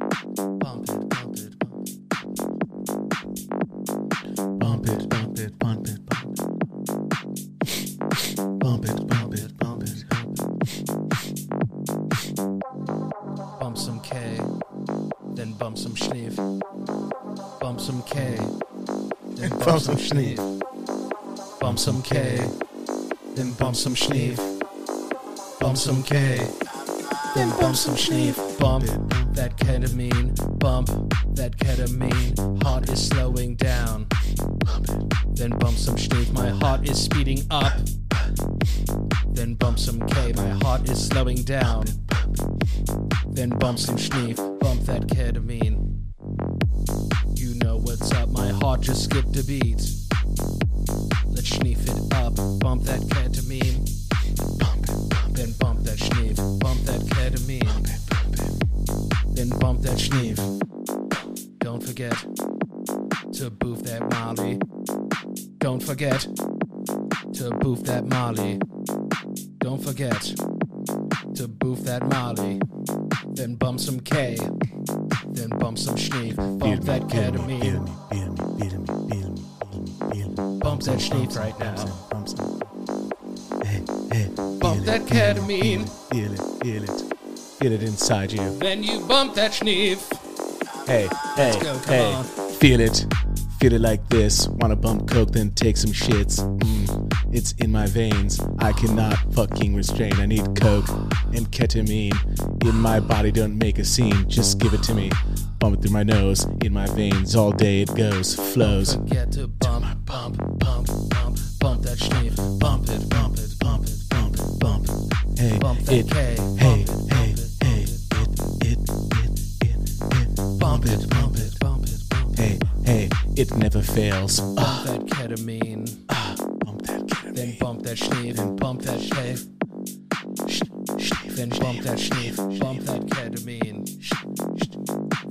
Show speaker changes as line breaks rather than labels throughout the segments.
Bump it, bump it, bump it. Bump it, bump it, bump it, bump it. Bump it, bump it, bump it. Bump some K, then bump some Schneef. Bump some K, then bump some Schneef. Bump some K, then bump some Schneef. Bump some K, then bump some Schneef. Bump that ketamine, bump that ketamine. Heart is slowing down. Then bump some Schneef, my heart is speeding up. Then bump some K, my heart is slowing down. Then bump some Schneef, bump that ketamine. You know what's up, my heart just skipped a beat. Let's schneef it up, bump that ketamine. Then bump that schneef, bump that ketamine. Then bump that schneef. Don't forget to boof that molly. Don't forget to boof that molly. Don't forget to boof that molly. Then bump some K. Then bump some schneef. Bump that ketamine. Bump that schneef right now. Bump that ketamine.
Feel it, feel it. Feel it inside you.
Then you bump that schneef.
Hey, hey,
go, come
hey.
on.
Feel it. Feel it like this. Wanna bump coke, then take some shits. Mm, it's in my veins. I cannot fucking restrain. I need coke and ketamine in my body. Don't make a scene. Just give it to me. Bump it through my nose, in my veins. All day it goes, flows.
Forget to bump, bump, bump, bump, bump that schneef. Bump it, bump it, bump it, bump it, bump it.
Hey,
Bump that
it,
K.
hey,
Bump it,
hey,
bump
hey,
it,
it, it, it, it, it.
Bump it, bump it, bump it, bump it.
Hey, hey, it never fails.
Bump that ketamine.
Bump
Then
that ketamine.
bump that schneef, and bump that shave.
Sh- schneef,
Then bump that schneef, bump that ketamine.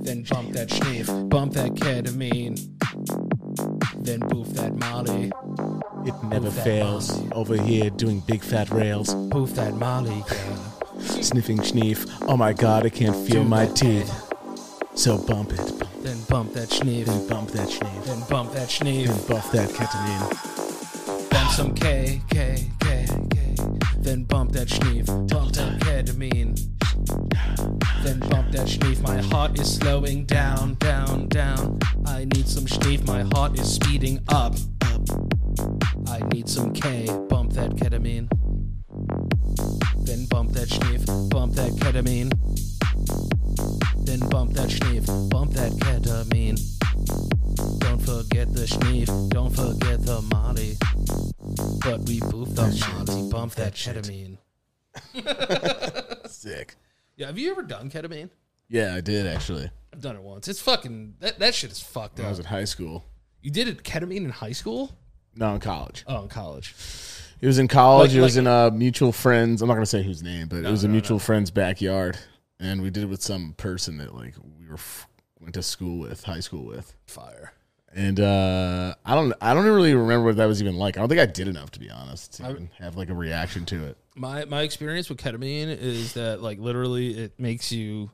Then bump that schneef, bump that ketamine. Then boof that molly,
It never
that
fails.
bump.
Over here doing big fat rails,
boof that molly, yeah.
sniffing schneef. Oh my god, I can't feel
Do
my
that,
teeth. So bump it, bump it,
Then bump that schneef,
then bump that schneef,
then bump that
then
schneef,
buff that ketamine.
bump some K, K, K, K. Then bump that schneef, bump that ketamine. Then bump that schneef, my heart is slowing down, down, down. I need some schneef, my heart is speeding up, up. I need some K, bump that ketamine. Then bump that schneef, bump that ketamine. Then bump that schneef, bump that ketamine. Don't forget the schneef, don't forget the molly. But we boof the molly, bump that ketamine.
Sick.
Yeah, have you ever done ketamine?
Yeah, I did actually.
I've done it once. It's fucking that, that shit is fucked up.
at high school.
You did it ketamine in high school?
No, in college.
Oh, in college.
It was in college.
Like-
it was
like-
in a mutual friend's. I'm not gonna say whose name, but it was a mutual friend's backyard, and we did it with some person that like we were f- went to school with, high school with.
Fire.
And uh, I don't, I don't really remember what that was even like. I don't think I did enough to be honest to even have like a reaction to it.
My my experience with ketamine is that like literally it makes you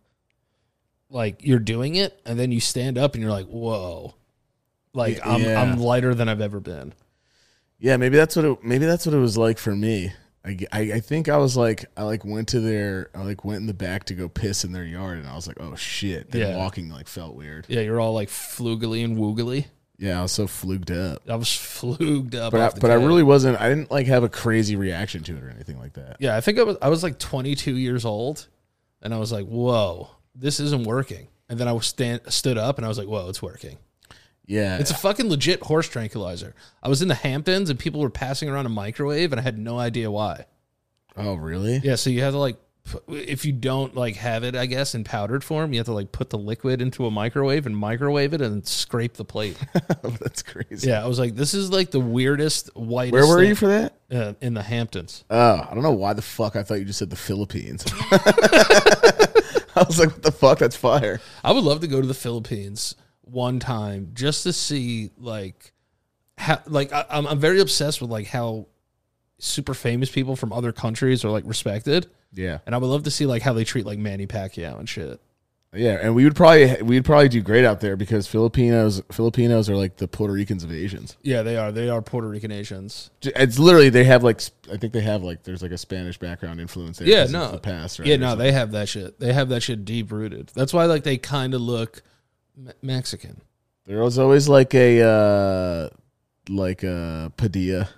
like you're doing it and then you stand up and you're like, whoa. Like
Y-
I'm
yeah.
I'm lighter than I've ever been.
Yeah, maybe that's what it, maybe that's what it was like for me. I, g- I- I think I was like I like went to their I like went in the back to go piss in their yard and I was like oh shit then
Yeah.
walking like felt weird
Yeah, you're all like flugly and woogly.
yeah I was so fluked up
I was fluged up.
But I,
off the
but I
cat.
really wasn't. I didn't like have a crazy reaction to it or anything like that.
yeah, I think I was I was like 22 years old, and I was like, whoa, this isn't working. And then I was stand stood up and I was like, whoa, it's working.
Yeah,
It's a fucking legit horse tranquilizer. I was in the Hamptons and people were passing around a microwave and I had no idea why.
oh really?
Yeah, so you have to like pu- if you don't like have it, I guess, in powdered form, you have to like put the liquid into a microwave and microwave it and scrape the plate.
that's crazy.
yeah, I was like, this is like the weirdest whitest.
Where were
thing,
you for that?
Uh, in the Hamptons.
Oh, I don't know why the fuck I thought you just said the Philippines. I was like, what the fuck? That's fire.
I would love to go to the Philippines one time just to see like how like I, I'm I'm very obsessed with like how super famous people from other countries are like respected.
Yeah.
And I would love to see like how they treat like Manny Pacquiao and shit.
Yeah, and we would probably we'd probably do great out there because Filipinos Filipinos are like the Puerto Ricans of Asians.
Yeah, they are. They are Puerto Rican Asians.
J- It's literally they have like sp- I think they have like there's like a Spanish background influence there.
Yeah,
'cause
no.
it's the past right.
Yeah,
or
no,
something.
they have that shit. They have that shit deep rooted. That's why like they kind of look me- Mexican.
there was always like a uh like a Padilla,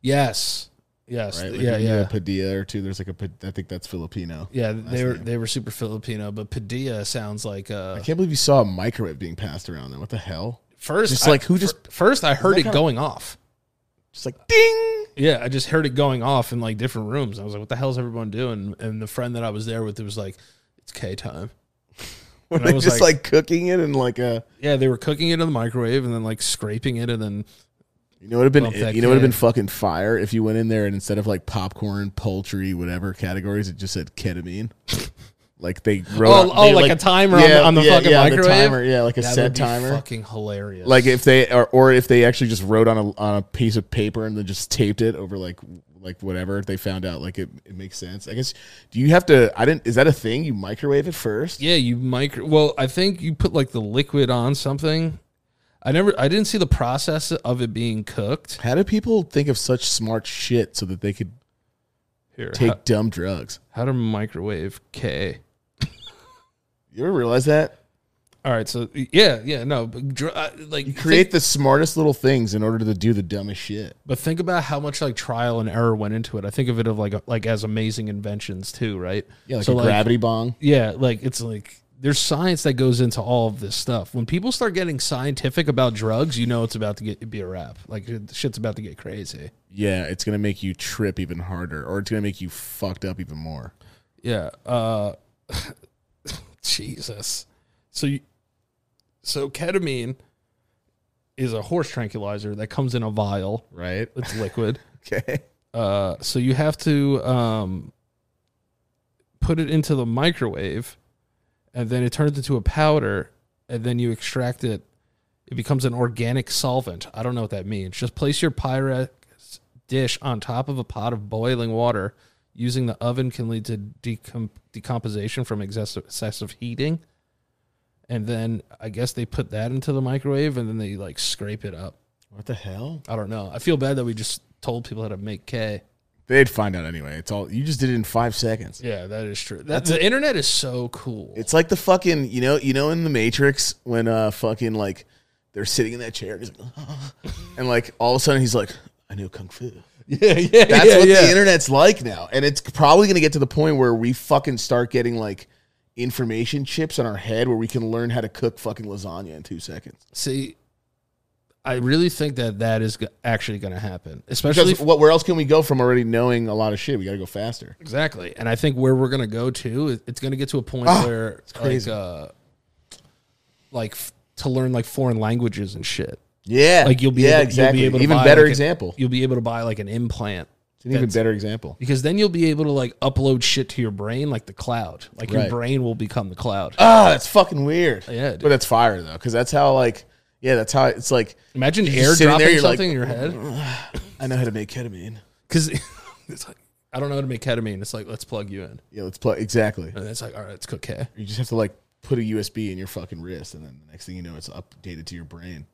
Yes. Yes.
right? Like
yeah,
when you have
yeah.
a Padilla or two. There's like a Pa- I think that's Filipino.
Yeah, they were
name.
they were super Filipino, but Padilla sounds like uh
I can't believe you saw a microwave being passed around. Then what the hell?
first
Just
I-
like who
fir-
just
first I heard
that
it
kinda-
going off.
just like ding.
Yeah, I just heard it going off in like different rooms. I was like, "What the hell's everyone doing?" And the friend that I was there with was like, "It's K time."
Were
And I
they
was
just
like-
like, cooking it and like a
Yeah, they were cooking it in the microwave and then like scraping it and then
you know what have been
Bump that
you know what have
kid.
been fucking fire if you went in there and instead of like popcorn, poultry, whatever categories, it just said ketamine. like they wrote
Oh,
on-
oh,
they,
like a timer on the- on the fucking
on the
microwave?
timer, yeah, like a
that
set
would be
timer.
fucking hilarious.
like if they or or if they actually just wrote on a on a piece of paper and then just taped it over like like whatever they found out like it, it makes sense. I guess do you have to I didn't is that a thing? You microwave it first?
Yeah, you micro. Well, I think you put like the liquid on something. I never, I didn't see the process of it being cooked.
How do people think of such smart shit so that they could
Here,
take
how,
dumb drugs?
how to microwave K.
You ever realize that?
All right, so yeah, yeah, no, but dr- uh, like
You create
Think,
the smartest little things in order to do the dumbest shit.
but think about how much like trial and error went into it. I think of it of like like as amazing inventions too, right?
Yeah, like
So,
a
like-
gravity bong.
Yeah, like it's like there's science that goes into all of this stuff. When people start getting scientific about drugs, you know it's about to get be a wrap. Like shit's about to get crazy.
Yeah, it's gonna make you trip even harder, or it's gonna make you fucked up even more.
Yeah. Uh, Jesus. So, you, so ketamine is a horse tranquilizer that comes in a vial.
Right?
It's liquid.
Okay.
uh, so you have to um, put it into the microwave, and then it turns into a powder, and then you extract it. It becomes an organic solvent. I don't know what that means. Just place your Pyrex dish on top of a pot of boiling water. Using the oven can lead to decom- decomposition from excessive, excessive heating. And then I guess they put that into the microwave and then they like scrape it up.
What the hell?
I don't know. I feel bad that we just told people how to make K.
They'd find out anyway. It's all you just did it in five seconds.
Yeah, that is true. That, the internet is so cool.
It's like the fucking you know you know in the Matrix when uh fucking like they're sitting in that chair and, he's like, and like all of a sudden he's like I know kung fu.
yeah, yeah,
That's what the internet's like now. And it's probably going to get to the point where we fucking start getting like information chips on our head where we can learn how to cook fucking lasagna in two seconds.
See, I really think that that is go- actually going to happen, especially
Because what, where else can we go from already knowing a lot of shit? We got to go faster.
exactly. And I think where we're going to go to, it- it's going to get to a point where like,
Ah, crazy.
uh, like f- to learn like foreign languages and shit.
Yeah.
Like you'll be
yeah,
able,
exactly.
you'll be able to
even
buy,
better
like, a-
example.
you'll be able to buy like an implant
It's an even
that's-
better example.
because then you'll be able to like upload shit to your brain like the cloud. Like your
Right.
brain will become the cloud.
Ah, that's fucking weird.
Yeah, dude.
But that's fire though, because that's how like yeah, that's how it's like.
Imagine
just sitting
airdropping
there, you're like-
something in your head.
I know how to make ketamine.
because it's like I don't know how to make ketamine. It's like let's plug you in,
Yeah, let's play exactly.
and it's like all right, it's okay.
You just have to like put a USB in your fucking wrist, and then the next thing you know, it's updated to your brain.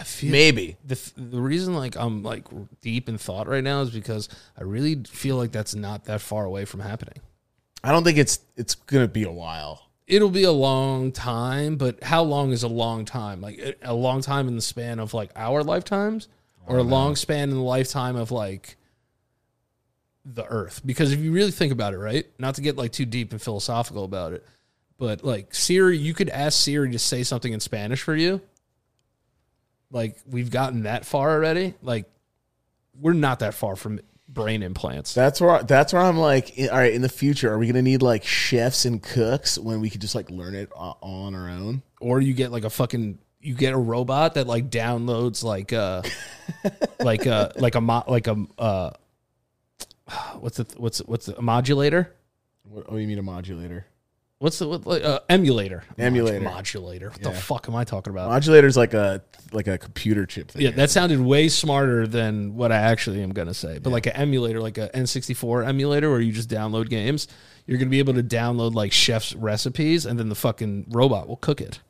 I feel
Maybe
the th- the reason like I'm like deep in thought right now is because I really feel like that's not that far away from happening.
I don't think it's it's gonna be a while.
It'll be a long time, but how long is a long time? Like a- a long time in the span of like our lifetimes, or a long span in the lifetime of like the Earth? Because if you really think about it, right? Not to get like too deep and philosophical about it, but like Siri, you could ask Siri to say something in Spanish for you. Like we've gotten that far already. Like we're not that far from brain implants.
That's where that's where I'm like, i- all right, in the future, are we gonna need like chefs and cooks when we could just like learn it o- all on our own?
or you get like a fucking you get a robot that like downloads like uh like uh like a mo- like a uh what's the what's what's the, a modulator
What, what do you mean a modulator?
What's the what, like, uh, emulator?
Emulator.
Mod- modulator. What the
Yeah.
fuck am I talking about?
Modulator's like a like a computer chip thing.
yeah, that sounded way smarter than what I actually am gonna say. But like an emulator, like an N64 emulator, where you just download games, you're gonna be able to download like chef's recipes, and then the fucking robot will cook it.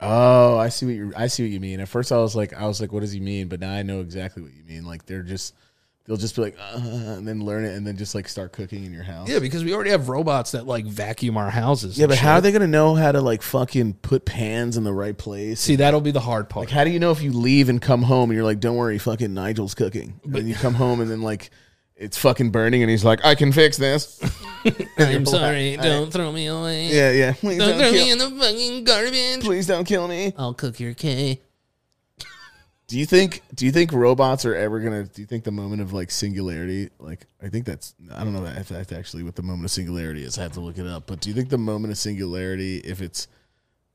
Oh, I see what you I see what you mean. At first, I was like, I was like, what does he mean? But now I know exactly what you mean. Like they're just, they'll just be like, uh, and then learn it, and then just like start cooking in your house.
Yeah, because we already have robots that like vacuum our houses.
Yeah,
and
but
shit.
how are they gonna know how to like fucking put pans in the right place?
See, that'll be the hard part.
Like, how do you know if you leave and come home and you're like, don't worry, fucking Nigel's cooking, and then you come home and then like, it's fucking burning, and he's like, I can fix this.
I'm sorry,
I-
don't throw me away.
Yeah, yeah. Please
Don't
don't,
throw me
kill.
in the fucking garbage.
Please don't kill me.
I'll cook your K.
Do you think? Do you think robots are ever gonna? Do you think the moment of like singularity? Like, I think that's. I don't know if that's actually what the moment of singularity is. I have to look it up. But do you think the moment of singularity, if it's,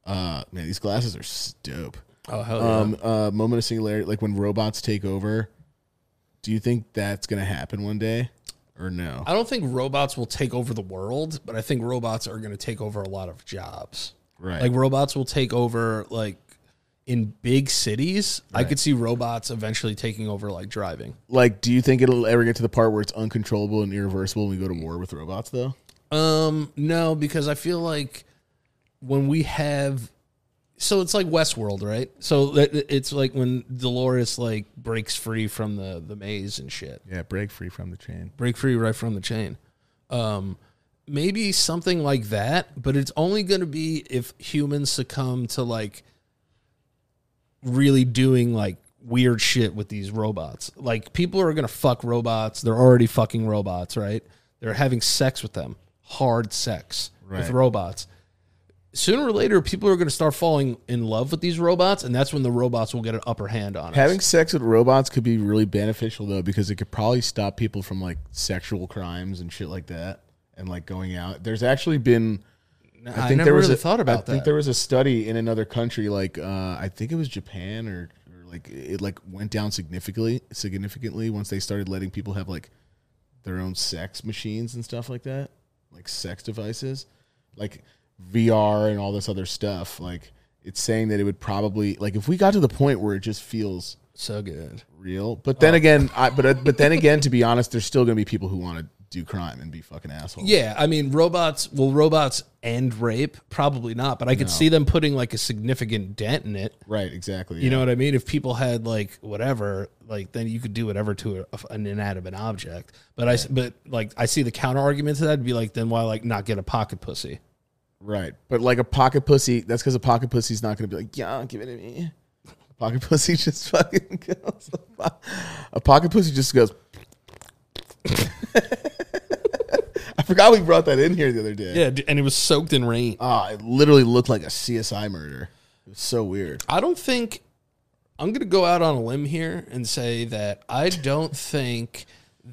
uh, man, these glasses are s- dope.
Oh hell yeah!
Um, uh, moment of singularity, like when robots take over. Do you think that's gonna happen one day, or no?
I don't think robots will take over the world, but I think robots are going to take over a lot of jobs.
Right.
Like robots will take over like in big cities. I could see robots eventually taking over like driving.
like, do you think it'll ever get to the part where it's uncontrollable and irreversible, and we go to war with robots? Though.
Um, no, because I feel like when we have, so it's like Westworld, right? So that it's like when Dolores like breaks free from the the maze and shit,
Yeah, break free from the chain.
break free right from the chain. Um, maybe something like that, but it's only going to be if humans succumb to like really doing like weird shit with these robots. Like people are going to fuck robots. They're already fucking robots, right? They're having sex with them, hard sex with
Right.
robots. Sooner or later, people are going to start falling in love with these robots, and that's when the robots will get an upper hand on us.
Having sex with robots could be really beneficial though, because it could probably stop people from like sexual crimes and shit like that, and like going out. There's actually been.
I,
I think
never
there was
really
a,
thought
I
about
think
that.
there was a study in another country, like uh, I think it was Japan or, or like it like went down significantly significantly once they started letting people have like their own sex machines and stuff like that, like sex devices, like VR and all this other stuff. Like it's saying that it would probably like if we got to the point where it just feels
So good.
real. But
Oh.
then again, I, but but then again, to be honest, there's still gonna be people who want to do crime and be fucking assholes.
Yeah, I mean, robots. Will robots end rape? Probably not, but I could see them putting like a significant dent in it.
Right. Exactly.
You know what I mean? If people had like whatever, like then you could do whatever to a, an inanimate object. But I, s- but like I see the counter argument to that would be like, then why like not get a pocket pussy?
Right. But like a pocket pussy, that's because a pocket pussy's not gonna be like, yeah, give it to me. A pocket pussy just fucking goes. A pocket pussy just goes. I forgot we brought that in here the other day.
Yeah, d- and it was soaked in rain.
Ah, it literally looked like a CSI murder. It was so weird.
I don't think I'm going to go out on a limb here and say that I don't think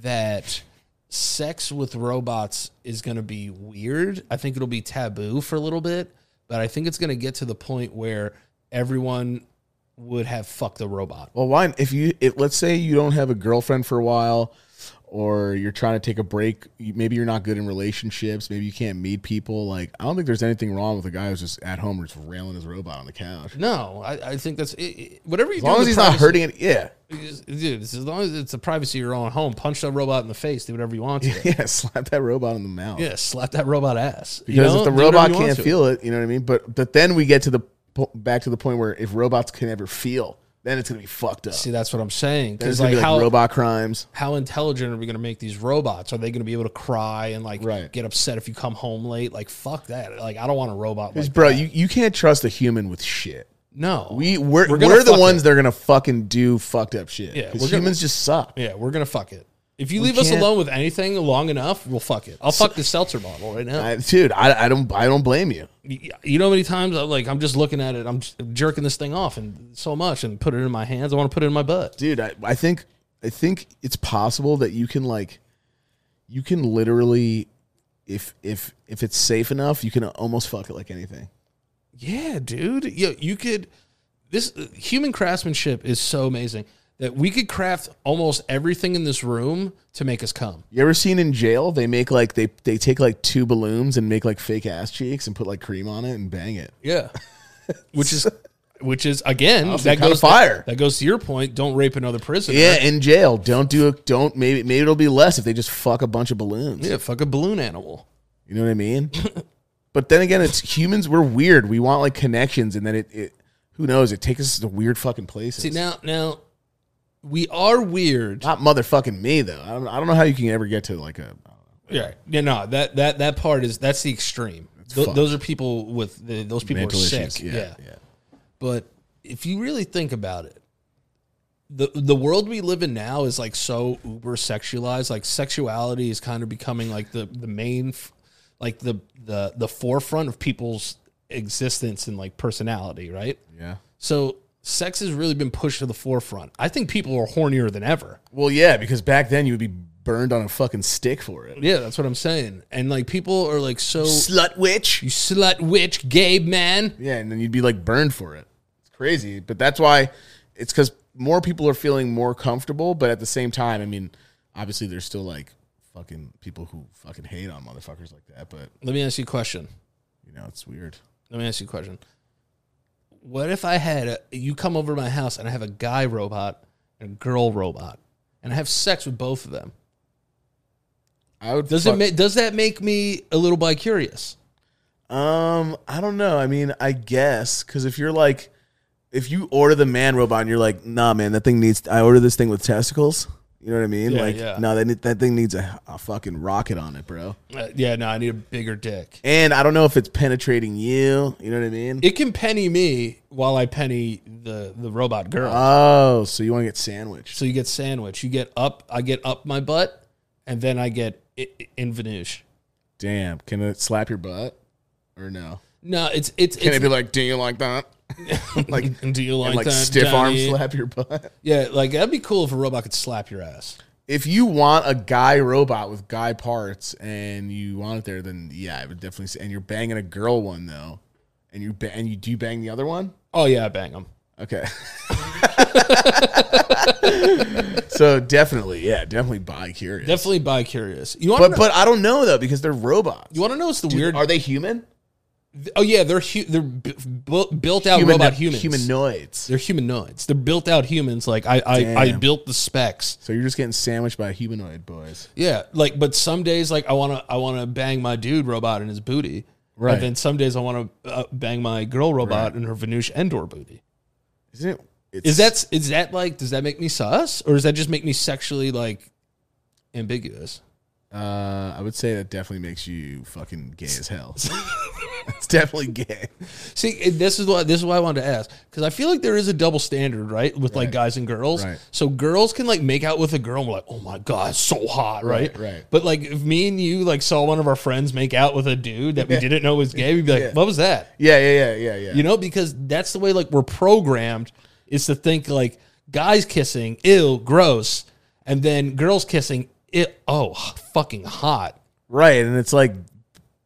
that sex with robots is going to be weird. I think it'll be taboo for a little bit, but I think it's going to get to the point where everyone would have fucked the robot.
Well, why? If you, if, let's say you don't have a girlfriend for a while, or you're trying to take a break, you- maybe you're not good in relationships, maybe you can't meet people. Like, I don't think there's anything wrong with a guy who's just at home just railing his robot on the couch.
No, I, I think that's it, it- whatever you
As long as he's not hurting it, yeah,
dude. As long as it's the privacy of your own home, punch that robot in the face, do whatever you want to.
yeah, slap that robot in the mouth.
yeah, slap that robot ass. You
because
know,
if the
do whatever
robot
you want
can't
to.
feel it, you know what I mean. But but then we get to the po- back to the point where if robots can ever feel, then it's gonna be fucked up.
see, that's what I'm saying.
Then it's
Because
gonna
like,
be like
how
robot crimes.
how intelligent are we going to make these robots? Are they going to be able to cry and like
Right.
get upset if you come home late? Like fuck that. Like I don't want a robot. Like,
Bro, you, you can't trust a human with shit.
no,
We
We're
we're we're,
gonna
the
fuck
ones that are gonna fucking do fucked up shit.
Yeah,
'Cause
we're gonna-
humans just suck.
yeah, we're gonna fuck it. If you leave us
can't-
alone with anything long enough, we'll fuck it. I'll fuck the seltzer bottle right now.
I, dude, I, I don't I don't blame you.
Y- you know how many times I like I'm just looking at it, I'm j- jerking this thing off and so much and put it in my hands. I want to put it in my butt.
dude I, I think i think it's possible that you can like you can literally if if if it's safe enough you can almost fuck it like anything
Yeah, dude. Yeah, you could. This uh, human craftsmanship is so amazing. that we could craft almost everything in this room to make us come.
You ever seen in jail? They make like they they take like two balloons and make like fake ass cheeks and put like cream on it and bang it.
Yeah. Which is which is again that
kinda
goes
fire.
That, goes to your point. Don't rape another prisoner.
Yeah, in jail. Don't do it. Don't maybe maybe it'll be less if they just fuck a bunch of balloons.
Yeah, fuck a balloon animal.
You know what I mean? but then again, it's humans. We're weird. We want like connections, and then it, it who knows? It takes us to weird fucking places.
See now now we are weird.
Not motherfucking me though. I don't, I don't know how you can ever get to like a.
Yeah. Yeah, no, that that that part is that's the extreme. Tho-
fucked.
those are people with the, those people
Mental
are sick.
issues.
yeah.
Yeah, yeah.
But if you really think about it, the the world we live in now is like so uber sexualized. Like sexuality is kind of becoming like the the main, f- like the the the forefront of people's existence and like personality, right?
Yeah.
So sex has really been pushed to the forefront. I think people are hornier than ever.
Well, yeah, because back then you would be burned on a fucking stick for it.
Yeah, that's what I'm saying. And like people are like so
Slut witch.
you slut witch, gay man.
Yeah, and then you'd be like burned for it. It's crazy, but that's why it's because more people are feeling more comfortable. But at the same time, I mean, obviously there's still like fucking people who fucking hate on motherfuckers like that. But
Let me ask you a question.
you know, it's weird.
Let me ask you a question. What if I had a, you come over to my house and I have a guy robot and a girl robot, and I have sex with both of them?
I would.
Does
fuck-
it ma- does that make me a little bi curious?
Um, I don't know. I mean, I guess because if you're like, if you order the man robot and you're like, nah, man, that thing needs. I ordered this thing with testicles. You know what I mean?
Yeah,
like,
yeah.
no, that need- that thing needs a, a fucking rocket on it, bro.
Uh, yeah, no, I need a bigger dick.
And I don't know if it's penetrating you. You know what I mean?
It can penny me while I penny the the robot girl.
Oh, so you want to get sandwiched?
so you get sandwich. You get up. I get up my butt, and then I get i- i- invenouche.
Damn, can it slap your butt or no?
No, it's it's
Can it
it's
be like, do you like that? like, and
do you like,
like
that,
stiff arm
Johnny?
slap your butt?
Yeah, like that'd be cool if a robot could slap your ass.
If you want a guy robot with guy parts and you want it there, then yeah, I would definitely. Say, and you're banging a girl one though, and you ba- and you do you bang the other one.
Oh yeah, I bang them.
Okay. so definitely, yeah, definitely bi curious.
Definitely bi curious. You want to
but
know,
but I don't know though because they're robots.
you want to know what's the weird?
Are they human?
oh yeah, they're hu- they're bu- bu- built out robot humans.
humanoids.
They're humanoids. They're built out humans. Like I I, I
Damn.
built the specs.
So you're just getting sandwiched by humanoid boys.
Yeah, like but some days like I wanna I wanna bang my dude robot in his booty.
Right.
And then some days I wanna uh, bang my girl robot in her Venush Endor booty.
Isn't it? It's,
Is that is that like does that make me sus or does that just make me sexually like ambiguous?
Uh, I would say that definitely makes you fucking gay as hell. it's definitely gay.
See, and this is why this is why I wanted to ask because I feel like there is a double standard, right, with like guys and girls.
Right.
So girls can like make out with a girl, and we're like, oh my god, it's so hot, right?
Right, right.
But like, if me and you like saw one of our friends make out with a dude that we didn't know was gay, we'd be like, what was that?
Yeah, yeah, yeah, yeah, yeah.
You know, because that's the way like we're programmed is to think like guys kissing, ill, gross, and then girls kissing, ew, oh, fucking hot.
right, and it's like,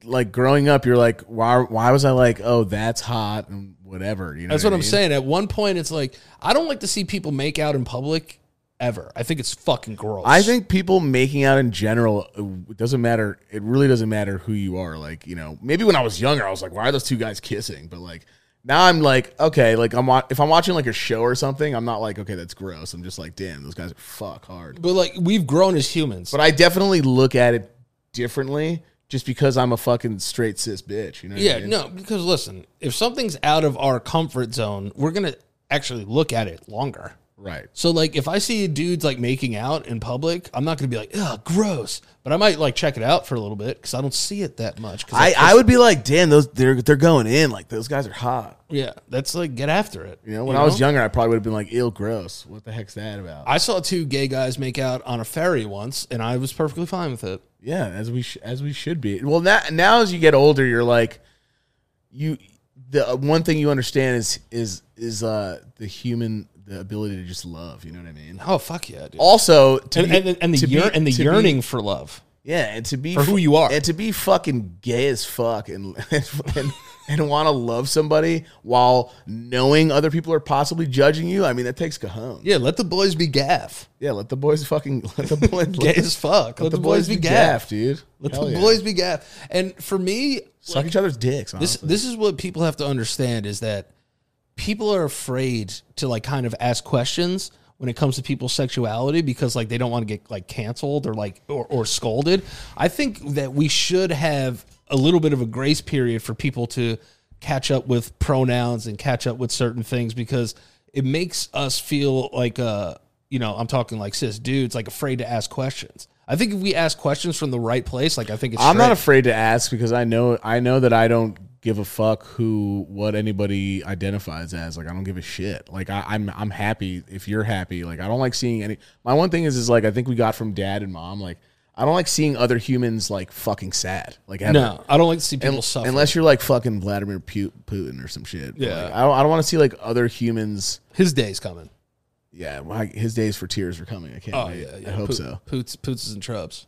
like growing up, you're like, why? Why was I like, oh, that's hot and whatever? You know,
That's what
I
I'm
mean?
saying. At one point, it's like I don't like to see people make out in public ever. I think it's fucking gross.
I think people making out in general it doesn't matter. It really doesn't matter who you are. Like you know, maybe when I was younger, I was like, why are those two guys kissing? But like now, I'm like, okay, like I'm wa- if I'm watching like a show or something, I'm not like, okay, that's gross. I'm just like, damn, those guys are fuck hard.
but like we've grown as humans.
But I definitely look at it differently just because I'm a fucking straight cis bitch. You know? What I
yeah,
mean?
no, because listen, if something's out of our comfort zone, we're gonna actually look at it longer.
Right.
So like, if I see dudes like making out in public, I'm not gonna be like, oh, gross. But I might like check it out for a little bit because I don't see it that much. 'Cause
I, I would be like, damn, those they're they're going in. Like those guys are hot.
yeah, that's like get after it.
You know, when I was younger, I probably would have been like, ill, gross. What the heck's that about?
I saw two gay guys make out on a ferry once, and I was perfectly fine with it.
Yeah, as we sh- as we should be. Well, now now as you get older, you're like you the uh, one thing you understand is is is uh the human the ability to just love, you know what I mean?
Oh fuck yeah, dude.
Also, to
and,
be-
and, and the
to be-
year, and the
to be-
yearning for love.
Yeah, and to be
For who you are.
and to be fucking gay as fuck, and and, and want to love somebody while knowing other people are possibly judging you. I mean, that takes cajon.
Yeah,
Yeah,
let the boys be gaff.
let the boys fucking let the boys
Gay as fuck. Let, the, boys, be gaff.
dude.
Let
Hell
the
yeah.
boys be gaff. And for me,
suck each other's dicks.
this
honestly.
this is what people have to understand is that people are afraid to like kind of ask questions when it comes to people's sexuality because like they don't want to get like canceled or like or, or scolded i think that we should have a little bit of a grace period for people to catch up with pronouns and catch up with certain things because it makes us feel like uh you know i'm talking like cis dudes like afraid to ask questions i think if we ask questions from the right place like i think it's
I'm not
straight.
afraid to ask because I know I know that I don't give a fuck who what anybody identifies as. Like I don't give a shit. Like I, I'm I'm happy if you're happy. Like I don't like seeing any. My one thing is is like I think we got from dad and mom. Like I don't like seeing other humans like fucking sad. Like ever.
no i don't like to see people
Un-
suffer
Unless you're like fucking Vladimir Pu- Putin or some shit. But,
Yeah.
like, I don't, I don't want to see like other humans.
His day's coming.
Yeah, my, his days for tears are coming. I can't.
Oh
wait.
yeah, yeah.
I hope
Poot-
so. Uh,
Poots, poots and trubs.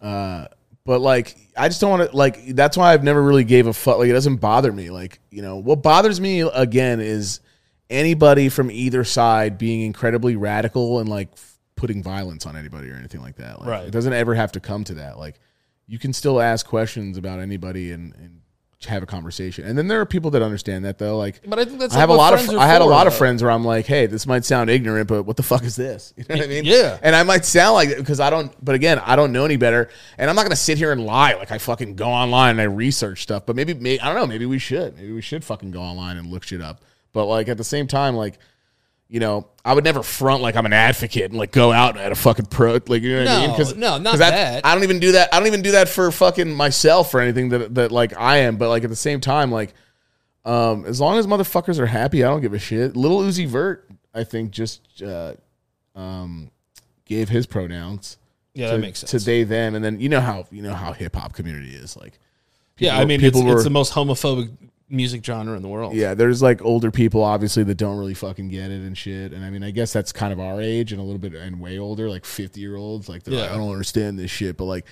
but like I just don't want to like that's why I've never really gave a fuck like it doesn't bother me like you know what bothers me again is anybody from either side being incredibly radical and like f- putting violence on anybody or anything like that like,
Right.
it doesn't ever have to come to that like you can still ask questions about anybody and, and have a conversation and then there are people that understand that though like
But I think that's
I
like
have a
what
lot of
friends
fr-
are
I had a
for,
lot of
though.
friends where I'm like hey this might sound ignorant but what the fuck is this you know what I mean
Yeah.
and I might sound like that because I don't, but again, I don't know any better. And I'm not going to sit here and lie like I fucking go online and I research stuff. But maybe, may I don't know, maybe we should. Maybe we should fucking go online and look shit up. But like at the same time, like, you know, I would never front like I'm an advocate and like go out at a fucking pro. Like, you know what I mean?
No, no, not
that-
that.
I don't even do that. I don't even do that for fucking myself or anything that, that like I am. But like at the same time, like, um, as long as motherfuckers are happy, I don't give a shit. Little Uzi Vert, I think, just uh, um, gave his pronouns.
Yeah,
to,
that makes sense.
To they them, and then you know how you know how hip hop community is like.
yeah, I mean, it's,
people
it's
were-
the most homophobic music genre in the world.
Yeah, there's like older people obviously that don't really fucking get it and shit. And I mean, I guess that's kind of our age and a little bit and way older, like 50 year olds. Like, they're like,
Yeah.
I don't understand this shit, but like,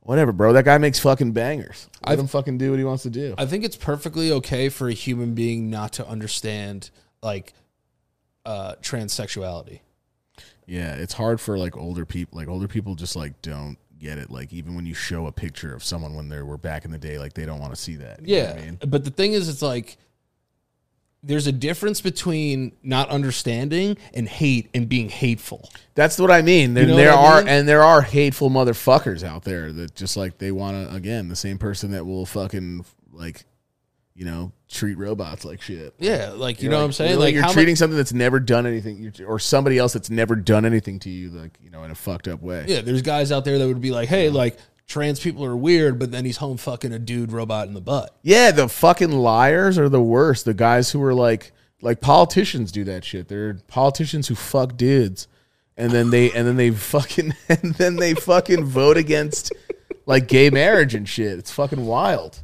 whatever, bro. That guy makes fucking bangers. Let him fucking do what he wants to do.
I think it's perfectly okay for a human being not to understand like uh, transsexuality.
Yeah, it's hard for like older people. Like older people just like don't get it. Like even when you show a picture of someone when they were back in the day, like they don't want to see that. You know
Yeah,
what I mean?
but the thing is, it's like there's a difference between not understanding and hate and being hateful.
that's what I mean. There,
know
there
what I
are
mean?
and there are hateful motherfuckers out there that just like they want to again the same person that will fucking like you know treat robots like shit.
Yeah, like you
You're
know
like-
what I'm saying.
You're,
like
like, you're
how mu-
treating something that's never done anything, you're, or somebody else that's never done anything to you, like you know, in a fucked up way.
Yeah, there's guys out there that would be like, hey, like trans people are weird, but then he's home fucking a dude robot in the butt.
Yeah, the fucking liars are the worst. The guys who are like like politicians do that shit. They're politicians who fuck dudes and then they and then they fucking and then they fucking vote against like gay marriage and shit. It's fucking wild.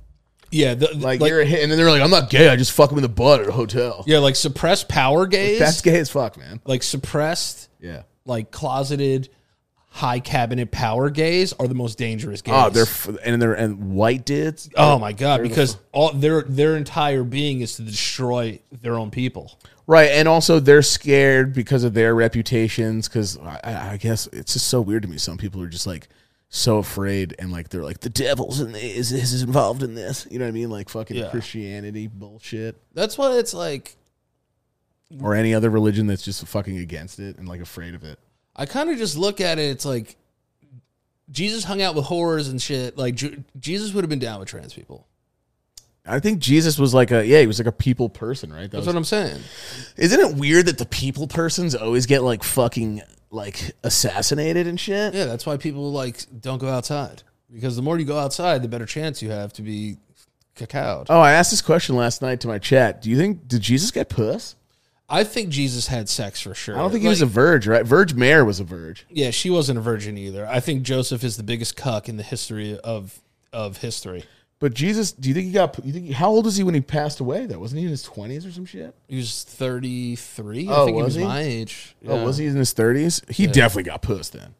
Yeah, the,
Like, you're a hit, and then they're like, I'm not gay, I just fuck him in the butt at a hotel.
Yeah, like suppressed power gays.
That's gay as fuck, man.
like suppressed,
Yeah.
like closeted, high cabinet power gays are the most dangerous gays.
Oh, they're f- and they're and white dudes.
Oh my god! Because all their their entire being is to destroy their own people.
Right, and also they're scared because of their reputations. Because I, I I guess it's just so weird to me. Some people are just like so afraid, and like they're like the devil's in is is involved in this. You know what I mean? Like fucking
Yeah.
Christianity bullshit,
That's why it's like
or any other religion that's just fucking against it and like afraid of it.
I kind of just look at it. It's like Jesus hung out with whores and shit. Like Ju- Jesus would have been down with trans people.
I think Jesus was like a yeah, he was like a people person, right? That
That's
was,
what I'm saying.
isn't it weird that the people persons always get like fucking like assassinated and shit?
Yeah, that's why people like don't go outside because the more you go outside, the better chance you have to be cacaoed.
Oh, I asked this question last night to my chat. Do you think did Jesus get puss?
I think Jesus had sex for sure.
I don't think he was a Verge, right? Verge Mayer was a Verge.
Yeah, she wasn't a virgin either. I think Joseph is the biggest cuck in the history of of history.
But Jesus, do you think he got? You think how old was he when he passed away? Though wasn't he in his twenties or some shit?
He was thirty three.
Oh,
I think
was
he was
he?
my age.
Oh, was he in his thirties? He definitely got pussed then.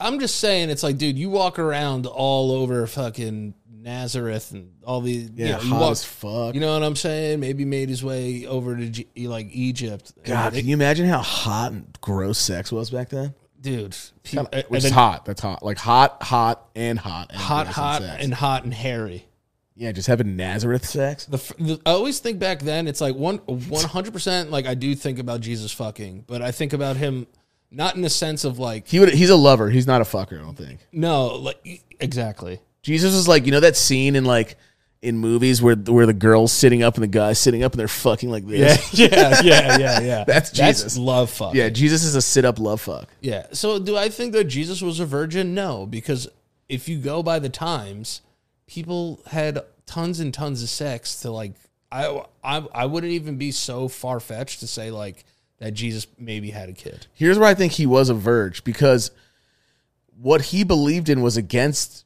I'm just saying, it's like, dude, you walk around all over fucking Nazareth and all the
Yeah,
you know, you
hot
walk-
as fuck.
You know what I'm saying? Maybe made his way over to G- like Egypt.
God,
And
can you imagine how hot and gross sex was back then?
they- dude, pe- and
Which is
then
hot. That's hot. Like hot, hot, and hot. and
hot,
gross
hot,
sex.
and hot and hairy.
yeah, just having Nazareth sex.
The, f- the I always think back then. It's like one one hundred percent. Like I do think about Jesus fucking, but I think about him not in the sense of like
He would. He's a lover. He's not a fucker. I don't think.
no, like exactly.
Jesus is like you know that scene in like in movies where where the girls sitting up and the guys sitting up and they're fucking like
Yeah,
this.
yeah, yeah, yeah, yeah.
That's Jesus.
That's love fuck.
Yeah, Jesus is a sit up love fuck.
Yeah. So do I think that Jesus was a virgin? No, because if you go by the times, people had tons and tons of sex to like I I, I wouldn't even be so far fetched to say like that Jesus maybe had a kid.
Here's where I think he was a verge because what he believed in was against.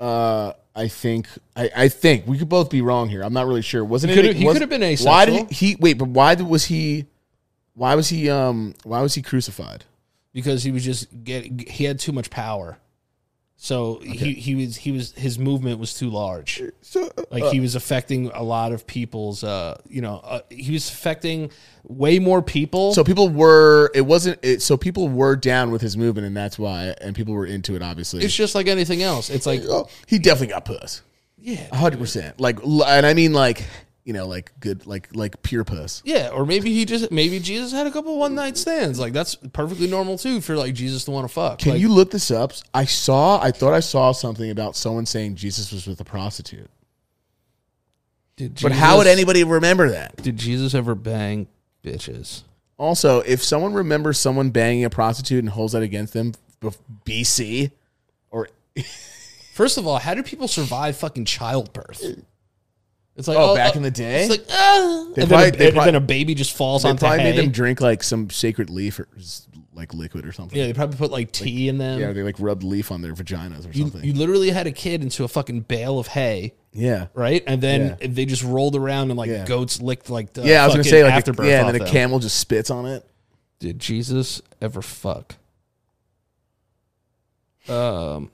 Uh, I think I, I think we could both be wrong here. I'm not really sure. Wasn't
He
it?
could've- he
was-
could've been
Why did
asexual.
he, he wait? But why did- was he? Why was he? Um, why was he crucified?
because he was just get he had too much power. So he, he was he was his movement was too large. like
uh,
he was affecting a lot of people's uh you know uh, he was affecting way more people.
So people were. It wasn't. It, so people were down with his movement, and that's why. And people were into it. Obviously,
it's just like anything else. It's like
Oh, he definitely got puss.
yeah,
hundred percent. Like, l- and I mean, like, you know, like good, like, like pure puss.
Yeah, or maybe he just maybe Jesus had a couple one night stands. Like that's perfectly normal too for like Jesus to want to fuck.
Can
like,
you look this up? I saw. I thought I saw something about someone saying Jesus was with a prostitute.
did
But how would
Jesus-
anybody remember that?
did Jesus ever bang bitches?
Also, if someone remembers someone banging a prostitute and holds that against them, bef- BC, or
First of all, how do people survive fucking childbirth? It's like
oh, back in the day,
it's like ah,
They
and
probably-
then, a,
they
and
probably-
then a baby just falls
they
onto
probably
hay.
made them drink like some sacred leaf or s- like liquid or something.
yeah, they probably put like tea in them.
Yeah, they like rubbed leaf on their vaginas or
you,
something.
you literally had a kid into a fucking bale of hay,
yeah.
right? And then they just rolled around and like
Yeah.
goats licked like the
Yeah, I was gonna
fucking
say like, a,
afterbirth
yeah, and
off
then a
them.
camel just spits on it.
did Jesus ever fuck? Um,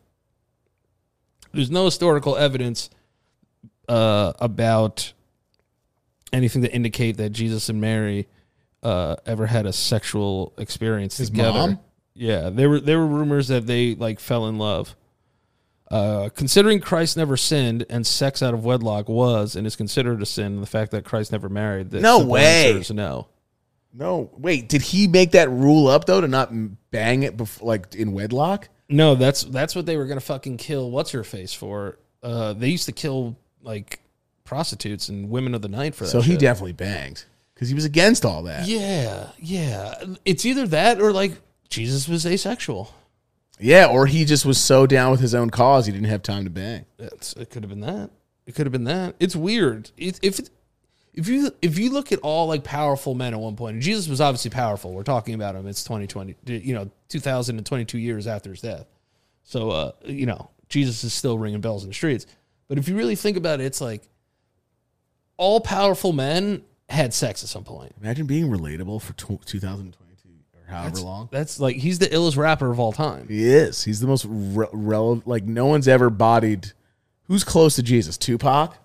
there's no historical evidence uh, about anything to indicate that Jesus and Mary uh, ever had a sexual experience together.
mom?
Yeah, there were there were rumors that they like fell in love. Uh, considering Christ never sinned and sex out of wedlock was and is considered a sin, and the fact that Christ never married, the
No
simple
way.
answer is no.
No, wait. Did he make that rule up though to not m- bang it before, like in wedlock?
No, that's that's what they were gonna fucking kill. What's her face for? Uh, they used to kill like prostitutes and women of the night for that.
So he
shit.
definitely banged because he was against all that. Yeah.
Yeah, yeah. It's either that or like Jesus was asexual.
or he just was so down with his own cause he didn't have time to bang.
It's, it could have been that. It could have been that. It's weird. It, if if you if you look at all like powerful men at one point, and Jesus was obviously powerful. We're talking about him. It's twenty twenty. You know, two thousand and twenty two years after his death. So uh, you know, Jesus is still ringing bells in the streets. But if you really think about it, it's like all powerful men had sex at some point.
Imagine being relatable for tw 2022 or however long.
That's like he's the illest rapper of all time.
He is. He's the most re- relevant. Like no one's ever bodied. Who's close to Jesus? Tupac,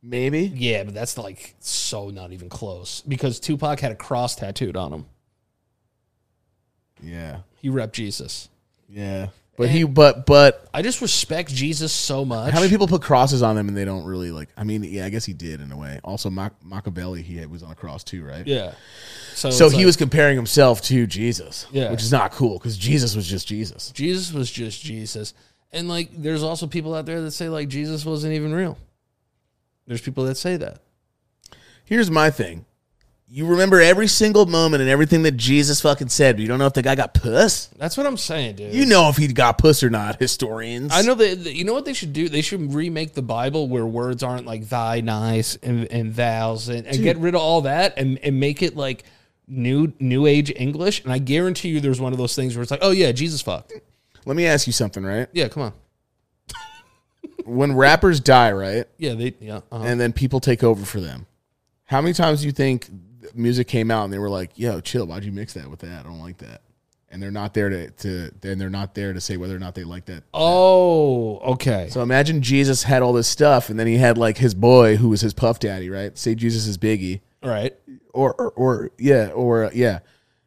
maybe.
Yeah, but that's like so not even close because Tupac had a cross tattooed on him.
Yeah,
He rep Jesus.
yeah. But he, but but
I just respect Jesus so much.
How many people put crosses on them and they don't really like? I mean, yeah, I guess he did in a way. Also, Mac- Machiavelli, he had, was on a cross too, right?
Yeah. So,
So
it's
he
like,
was comparing himself to Jesus,
Yeah.
which is not cool because Jesus was just Jesus.
Jesus was just Jesus, and like there's also people out there that say like Jesus wasn't even real. There's people that say that.
Here's my thing: you remember every single moment and everything that Jesus fucking said, but you don't know if the guy got puss.
That's what I'm saying, dude.
You know if he got puss or not, historians.
I know that that- you know what they should do. They should remake the Bible where words aren't like "thy," "nice," and, and "thous," and, and get rid of all that and, and make it like new New Age English. And I guarantee you, there's one of those things where it's like, "Oh yeah, Jesus fucked."
Let me ask you something, right?
Yeah, come on.
When rappers die, right,
Yeah, they yeah. uh
and then people take over for them, how many times do you think music came out and they were like, "Yo, chill, why'd you mix that with that? I don't like that." and they're not there to to then they're not there to say whether or not they like that.
Oh, okay.
So imagine Jesus had all this stuff, and then he had like his boy who was his puff daddy, right? Say Jesus is Biggie,
All right.
or or, or yeah, or uh, yeah,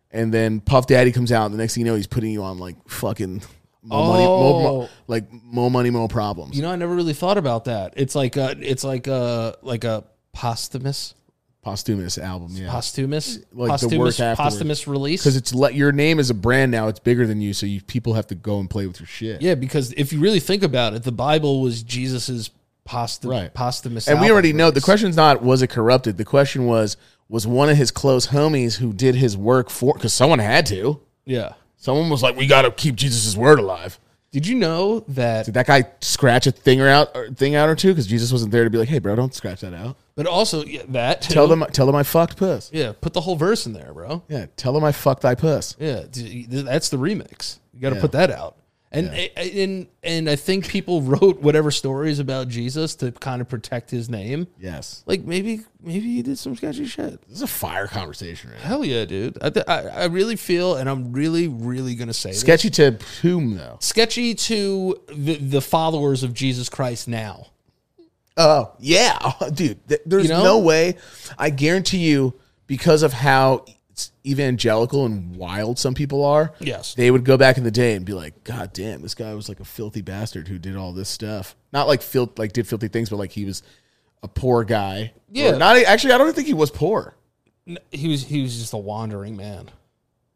and then puff daddy comes out, and the next thing you know, he's putting you on like fucking. Mo money, mo,
Oh.
mo, like mo money, mo problems.
You know, I never really thought about that. It's like a, it's like a, like a posthumous,
posthumous album, yeah.
posthumous,
Like the
posthumous,
work afterwards.
posthumous release.
Because it's le- your name is a brand now; it's bigger than you, so you people have to go and play with your shit.
yeah, because if you really think about it, the Bible was Jesus's posthum,
Right.
posthumous,
and we
album
already know the
release.
question's not was it corrupted. The question was was one of his close homies who did his work for because someone had to.
Yeah.
Someone was like, "We got to keep Jesus' word alive."
Did you know that?
Did that guy scratch a thing or out or thing out or two? Because Jesus wasn't there to be like, "Hey, bro, don't scratch that out."
But also yeah, that too.
Tell them, tell them I fucked puss.
Yeah, put the whole verse in there, bro.
Yeah, tell them I fucked thy puss.
Yeah, d- th- that's the remix. You got to
Yeah.
put that out. And and and I think people wrote whatever stories about Jesus to kind of protect his name.
Yes,
Like maybe maybe he did some sketchy shit.
this is a fire conversation. Right? now.
Hell yeah, dude. I th- I, I really feel, and I'm really really gonna say this.
Sketchy to whom though?
sketchy to the the followers of Jesus Christ now.
Oh yeah, dude. th- There's
You know?
no way. I guarantee you, because of how it's evangelical and wild some people are,
Yes.
they would go back in the day and be like, "God damn, this guy was like a filthy bastard who did all this stuff. Not like fil- like did filthy things, but like he was a poor guy.
Yeah.
Or not e, actually. I don't think he was poor.
N- He was he was just a wandering man.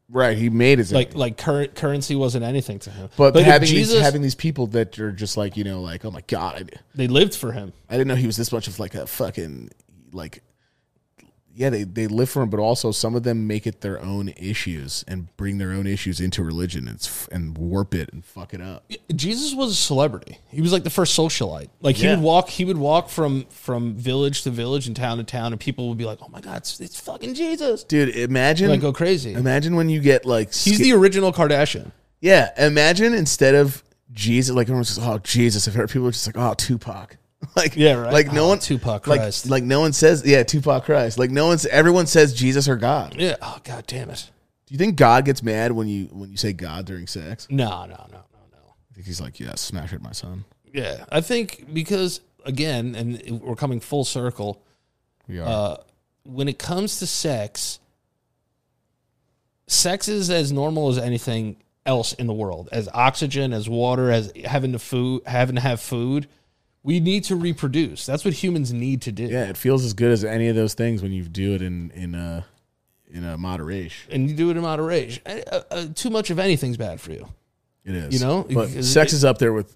Right. He made his
Like
own.
like cur- currency wasn't anything to him.
But,
if
having these, having these people that are just like you know like oh my god I,
they lived for him.
I didn't know he was this much of like a fucking like yeah, they, they live for him, but also some of them make it their own issues and bring their own issues into religion and, s- and warp it and fuck it up.
Jesus was a celebrity. He was like the first socialite. Like he
Yeah.
would walk, he would walk from from village to village and town to town, and people would be like, "Oh my god, it's, it's fucking Jesus!"
Dude, imagine
Like go crazy.
imagine when you get like
He's
sca-
the original Kardashian.
yeah, imagine instead of Jesus, like everyone's just oh Jesus, I've heard people are just like oh Tupac, like
Yeah, right.
like no
Oh,
one
Tupac
like-
Christ.
like no one says yeah Tupac Christ, like no one's everyone says Jesus or God.
Yeah. Oh god damn it.
Do you think God gets mad when you when you say God during sex?
No, no, no, no, no.
I think he's like yeah, smash it, my son.
Yeah, I think because again, and we're coming full circle. uh,
We are.
When it comes to sex, sex is as normal as anything else in the world as oxygen as water as having to food having to have food we need to reproduce that's what humans need to do
Yeah, it feels as good as any of those things when you do it in in a in a moderation.
and you do it in moderation Uh, uh, uh, too much of anything's bad for you
It is,
You know,
but
it-
sex is up there with.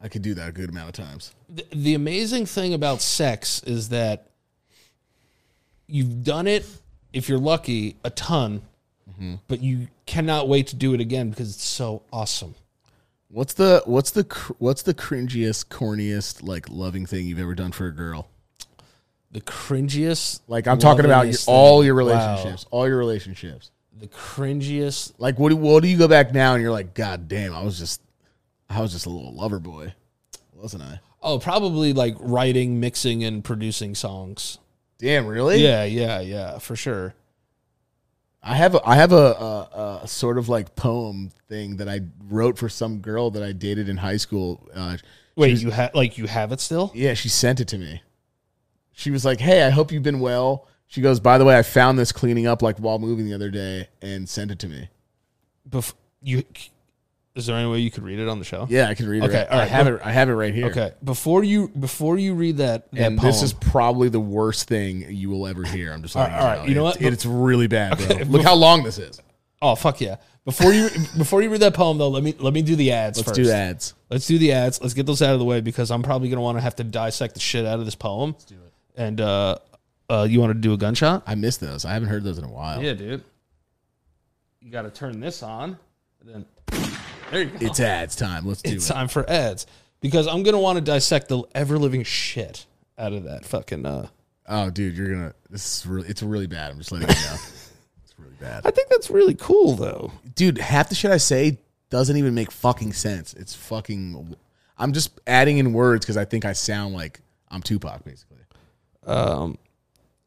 I could do that a good amount of times.
the, the amazing thing about sex is that you've done it if you're lucky a ton
Mm-hmm.
but you cannot wait to do it again because it's so awesome
What's the what's the cr- what's the cringiest, corniest, like loving thing you've ever done for a girl?
the cringiest
Like I'm talking about your,
lovingest
all
thing.
your
Wow.
relationships, all your relationships.
the cringiest
Like what do what do you go back now and you're like, God damn, I was just, I was just a little lover boy, wasn't I?
oh probably like writing mixing and producing songs
Damn, really?
yeah yeah yeah for sure
I have a, I have a, a, a sort of like poem thing that I wrote for some girl that I dated in high school. Uh,
wait you have like you have it still
yeah, she sent it to me. She was like, "Hey, I hope you've been well." She goes, "By the way, I found this cleaning up like while moving the other day and sent it to me."
Bef- you is there any way you could read it on the show
Yeah, I can read it.
Okay,
right-
all
I
right,
have
go-
it. I have it right here.
Okay, before you before you read that, that
And this
poem-
is probably the worst thing you will ever hear. I'm just like,
right, all right, you know what?
It's really bad, bro. Look how long this is.
oh fuck yeah. Before you before you read that poem though, let me let me do the ads.
Let's
first.
do ads.
Let's do the ads. Let's get those out of the way because I'm probably gonna want to have to dissect the shit out of this poem. Let's do it. And uh, uh, you want to do a gunshot?
I miss those. I haven't heard those in a while.
Yeah, dude. You got to turn this on. And then there you go.
It's ads time. Let's do
it's
it.
time for ads because I'm gonna want to dissect the ever living shit out of that fucking. Uh,
Oh, dude, you're gonna. This is really. It's really bad. I'm just letting you know. it's really bad,
I think that's really cool though.
Uh, dude. Half the shit I say doesn't even make fucking sense. It's fucking. I'm just adding in words because I think I sound like I'm Tupac, basically.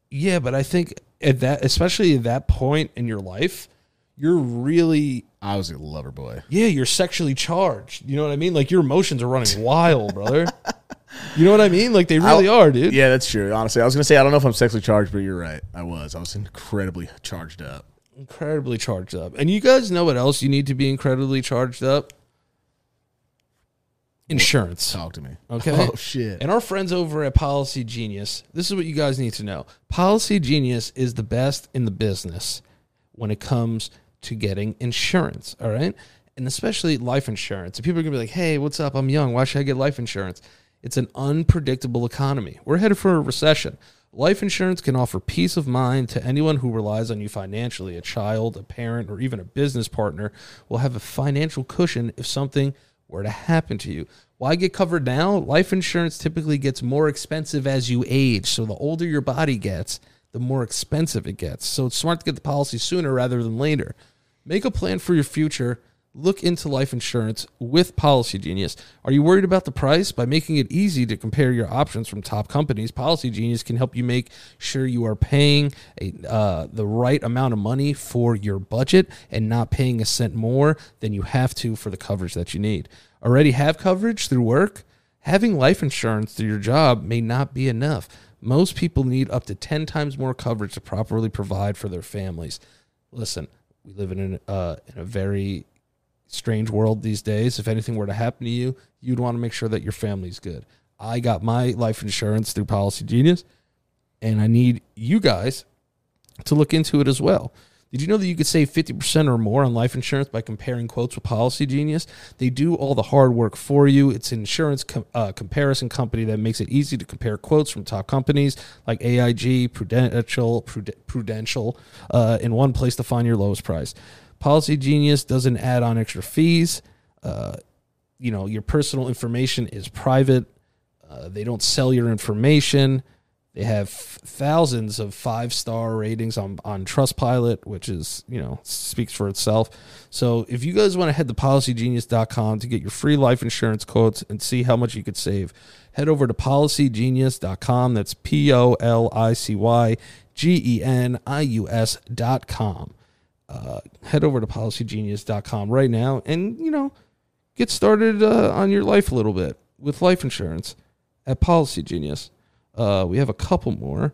Yeah, but I think at that, especially at that point in your life, you're really
I was a lover boy.
yeah, you're sexually charged. You know what I mean? Like your emotions are running wild, brother. You know what I mean? Like they really
I'll-
are, dude.
Yeah, that's true. Honestly, I was gonna say I don't know if I'm sexually charged, but you're right. I was. I was incredibly charged up.
Incredibly charged up. And you guys know what else you need to be incredibly charged up? Insurance.
Talk to me.
Okay.
Oh shit.
And our friends over at Policy Genius, this is what you guys need to know. Policy Genius is the best in the business when it comes to getting insurance, all right? And especially life insurance. And people are going to be like, hey, what's up? I'm young. Why should I get life insurance? It's an unpredictable economy. We're headed for a recession. Life insurance can offer peace of mind to anyone who relies on you financially. A child, a parent, or even a business partner will have a financial cushion if something were to happen to you. Why get covered now? Life insurance typically gets more expensive as you age. So the older your body gets, the more expensive it gets. So it's smart to get the policy sooner rather than later. Make a plan for your future. Look into life insurance with Policy Genius. Are you worried about the price? By making it easy to compare your options from top companies, Policy Genius can help you make sure you are paying a, uh, the right amount of money for your budget and not paying a cent more than you have to for the coverage that you need. Already have coverage through work? Having life insurance through your job may not be enough. Most people need up to 10 times more coverage to properly provide for their families. Listen, we live in, an, uh, in a very strange world these days. If anything were to happen to you, you'd want to make sure that your family's good. I got my life insurance through Policy Genius, and I need you guys to look into it as well. Did you know that you could save 50% or more on life insurance by comparing quotes with Policy Genius? They do all the hard work for you. It's an insurance com- uh, comparison company that makes it easy to compare quotes from top companies like AIG, Prudential, Prud- Prudential uh, in one place to find your lowest price. Policy Genius doesn't add on extra fees. Uh, you know, your personal information is private. Uh, they don't sell your information. They have thousands of five star ratings on on Trustpilot, which is you know speaks for itself. So if you guys want to head to policygenius.com to get your free life insurance quotes and see how much you could save, head over to policygenius.com. That's p o l i c y g e n i u s dot com. Uh, head over to policygenius.com right now and you know get started uh, on your life a little bit with life insurance at Policy Genius. Uh, we have a couple more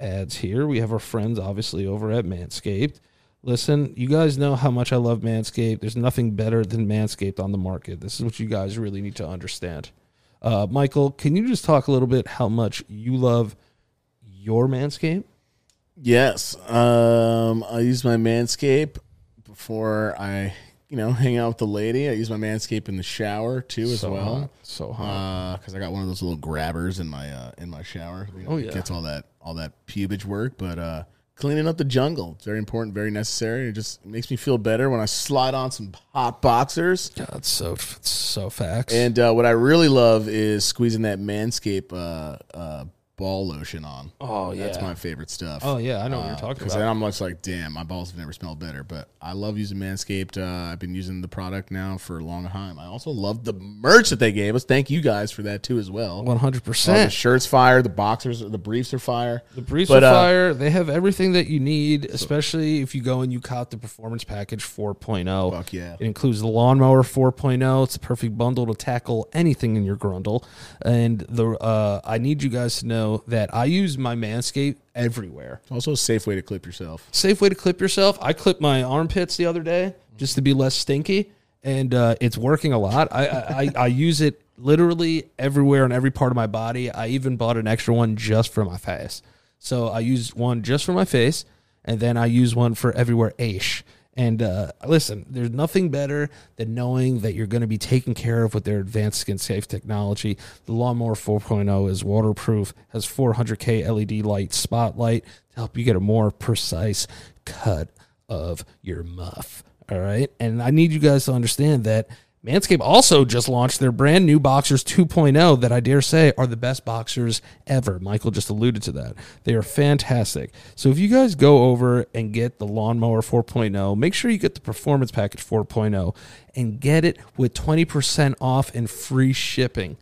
ads here. We have our friends, obviously, over at Manscaped. Listen, you guys know how much I love Manscaped. There's nothing better than Manscaped on the market. This is what you guys really need to understand. Uh, Michael, can you just talk a little bit how much you love your Manscaped?
Yes. Um, I use my Manscape before I, you know, hang out with the lady. I use my Manscape in the shower too, as
so
well.
hot, so hot.
because Uh, I got one of those little grabbers in my uh, in my shower. You know,
Oh,
it
yeah.
gets all that all that pubage work, but uh, cleaning up the jungle it's very important, very necessary. It just makes me feel better when I slide on some hot boxers.
God, it's so it's so facts.
And uh, what I really love is squeezing that Manscape uh, uh, ball lotion on.
oh yeah,
That's my favorite stuff.
oh yeah, I know what you're talking
Because
about.
then I'm just like, damn, my balls have never smelled better. But I love using Manscaped. Uh, I've been using the product now for a long time. I also love the merch that they gave us. Thank you guys for that too as well.
One hundred
Uh, the
percent.
shirts fire, the boxers, the briefs are fire.
Eh. The briefs
But,
are
uh,
fire. They have everything that you need, especially if you go and you cop the performance package 4.0.
Fuck yeah.
It includes the lawnmower 4.0. It's a perfect bundle to tackle anything in your grundle. And the uh, I need you guys to know that I use my Manscaped everywhere.
Also, a safe way to clip yourself.
Safe way to clip yourself. I clipped my armpits the other day just to be less stinky, and uh, it's working a lot. I, I, I, I use it literally everywhere on every part of my body. I even bought an extra one just for my face. So I use one just for my face, and then I use one for everywhere ish. And uh, listen, there's nothing better than knowing that you're going to be taken care of with their advanced skin safe technology. The Lawnmower 4.0 is waterproof, has 400K LED E light spotlight to help you get a more precise cut of your muff. All right. And I need you guys to understand that Manscaped also just launched their brand new Boxers 2.0 that I dare say are the best boxers ever. Michael just alluded to that. They are fantastic. So if you guys go over and get the Lawnmower 4.0, make sure you get the Performance Package 4.0 and get it with 20% off and free shipping.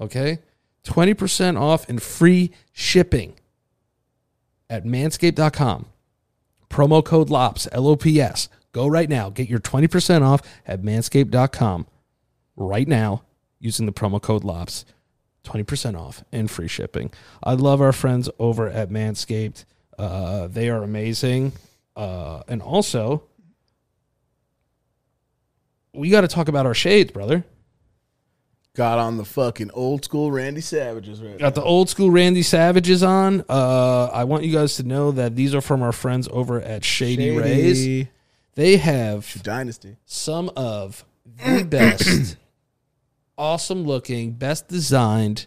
Okay? 20% off and free shipping at manscaped.com promo code LOPS, L O P S, Go right now. Get your 20% off at manscaped.com right now using the promo code LOPS. 20% off and free shipping. I love our friends over at Manscaped. Uh, they are amazing. Uh, and also, we got to talk about our shades, brother.
Got on the fucking old school Randy Savages right
Got the old school Randy Savages on. Uh, I want you guys to know that these are from our friends over at Shady, Rays. They have
Dynasty.
some of the best, awesome looking, best designed,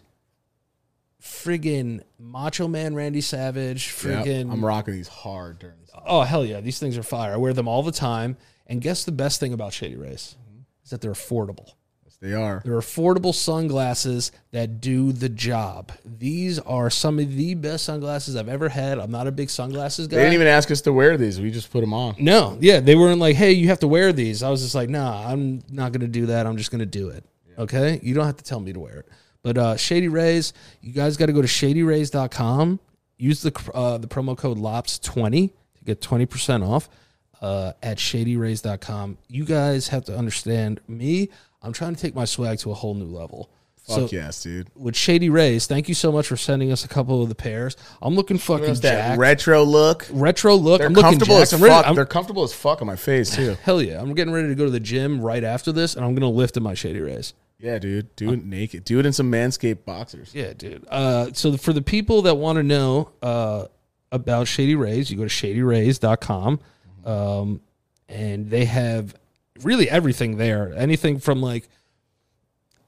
friggin' Macho Man Randy Savage,
Yep,
friggin'
I'm rocking these hard during this.
oh hell yeah, these things are fire. I wear them all the time. And guess the best thing about Shady Rays is that they're affordable.
Yes, they are.
They're affordable sunglasses that do the job. These are some of the best sunglasses I've ever had. I'm not a big sunglasses guy.
They didn't even ask us to wear these. We just put them on.
no, yeah, they weren't like, "Hey, you have to wear these." I was just like, "Nah, I'm not gonna do that. I'm just gonna do it." Okay, you don't have to tell me to wear it. But uh, Shady Rays, you guys got to go to shadyrays.com. Use the cr- uh, the promo code LOPS twenty to get twenty percent off uh, at shadyrays.com. You guys have to understand me. I'm trying to take my swag to a whole new level.
Fuck yes, dude.
with Shady Rays, thank you so much for sending us a couple of the pairs. I'm looking fucking
That
jacked.
retro look.
retro look.
They're
I'm looking
comfortable
jacked.
as
I'm ready-
fuck.
I'm-
They're comfortable as fuck on my face too.
hell yeah, I'm getting ready to go to the gym right after this, and I'm gonna lift in my Shady Rays.
yeah, dude. Do it naked. Do it in some manscaped boxers.
Yeah, dude. Uh, so for the people that want to know uh, about Shady Rays, you go to shadyrays.com. Um, and they have really everything there. Anything from like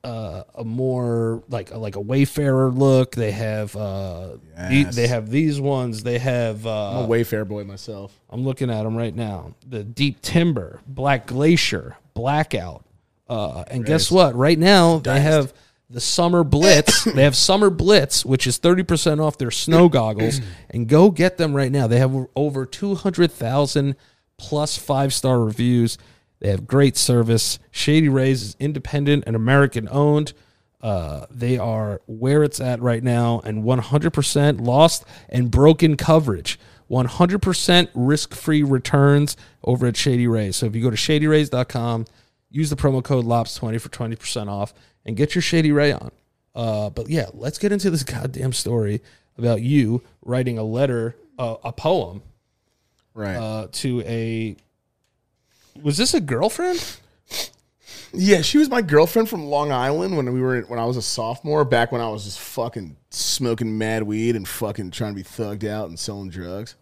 uh, a more like like a Wayfarer look. They have uh, the-
Yes.
they have these ones. They have uh,
I'm a Wayfair boy myself.
I'm looking at them right now. The Deep Timber, Black Glacier, Blackout. Uh, and guess what? Right now, they have the Summer Blitz. they have Summer Blitz, which is 30% off their snow goggles. and go get them right now. They have over 200,000 plus five star reviews. They have great service. Shady Rays is independent and American owned. Uh, they are where it's at right now and 100% lost and broken coverage. 100% risk free returns over at Shady Rays. So if you go to shadyrays.com, use the promo code LOPS20 for 20% off and get your Shady Ray on. Uh, but yeah, let's get into this goddamn story about you writing a letter, uh, a poem
Right.
uh, to a. Was this a girlfriend?
yeah, she was my girlfriend from Long Island when we were when I was a sophomore. Back when I was just fucking smoking mad weed and fucking trying to be thugged out and selling drugs.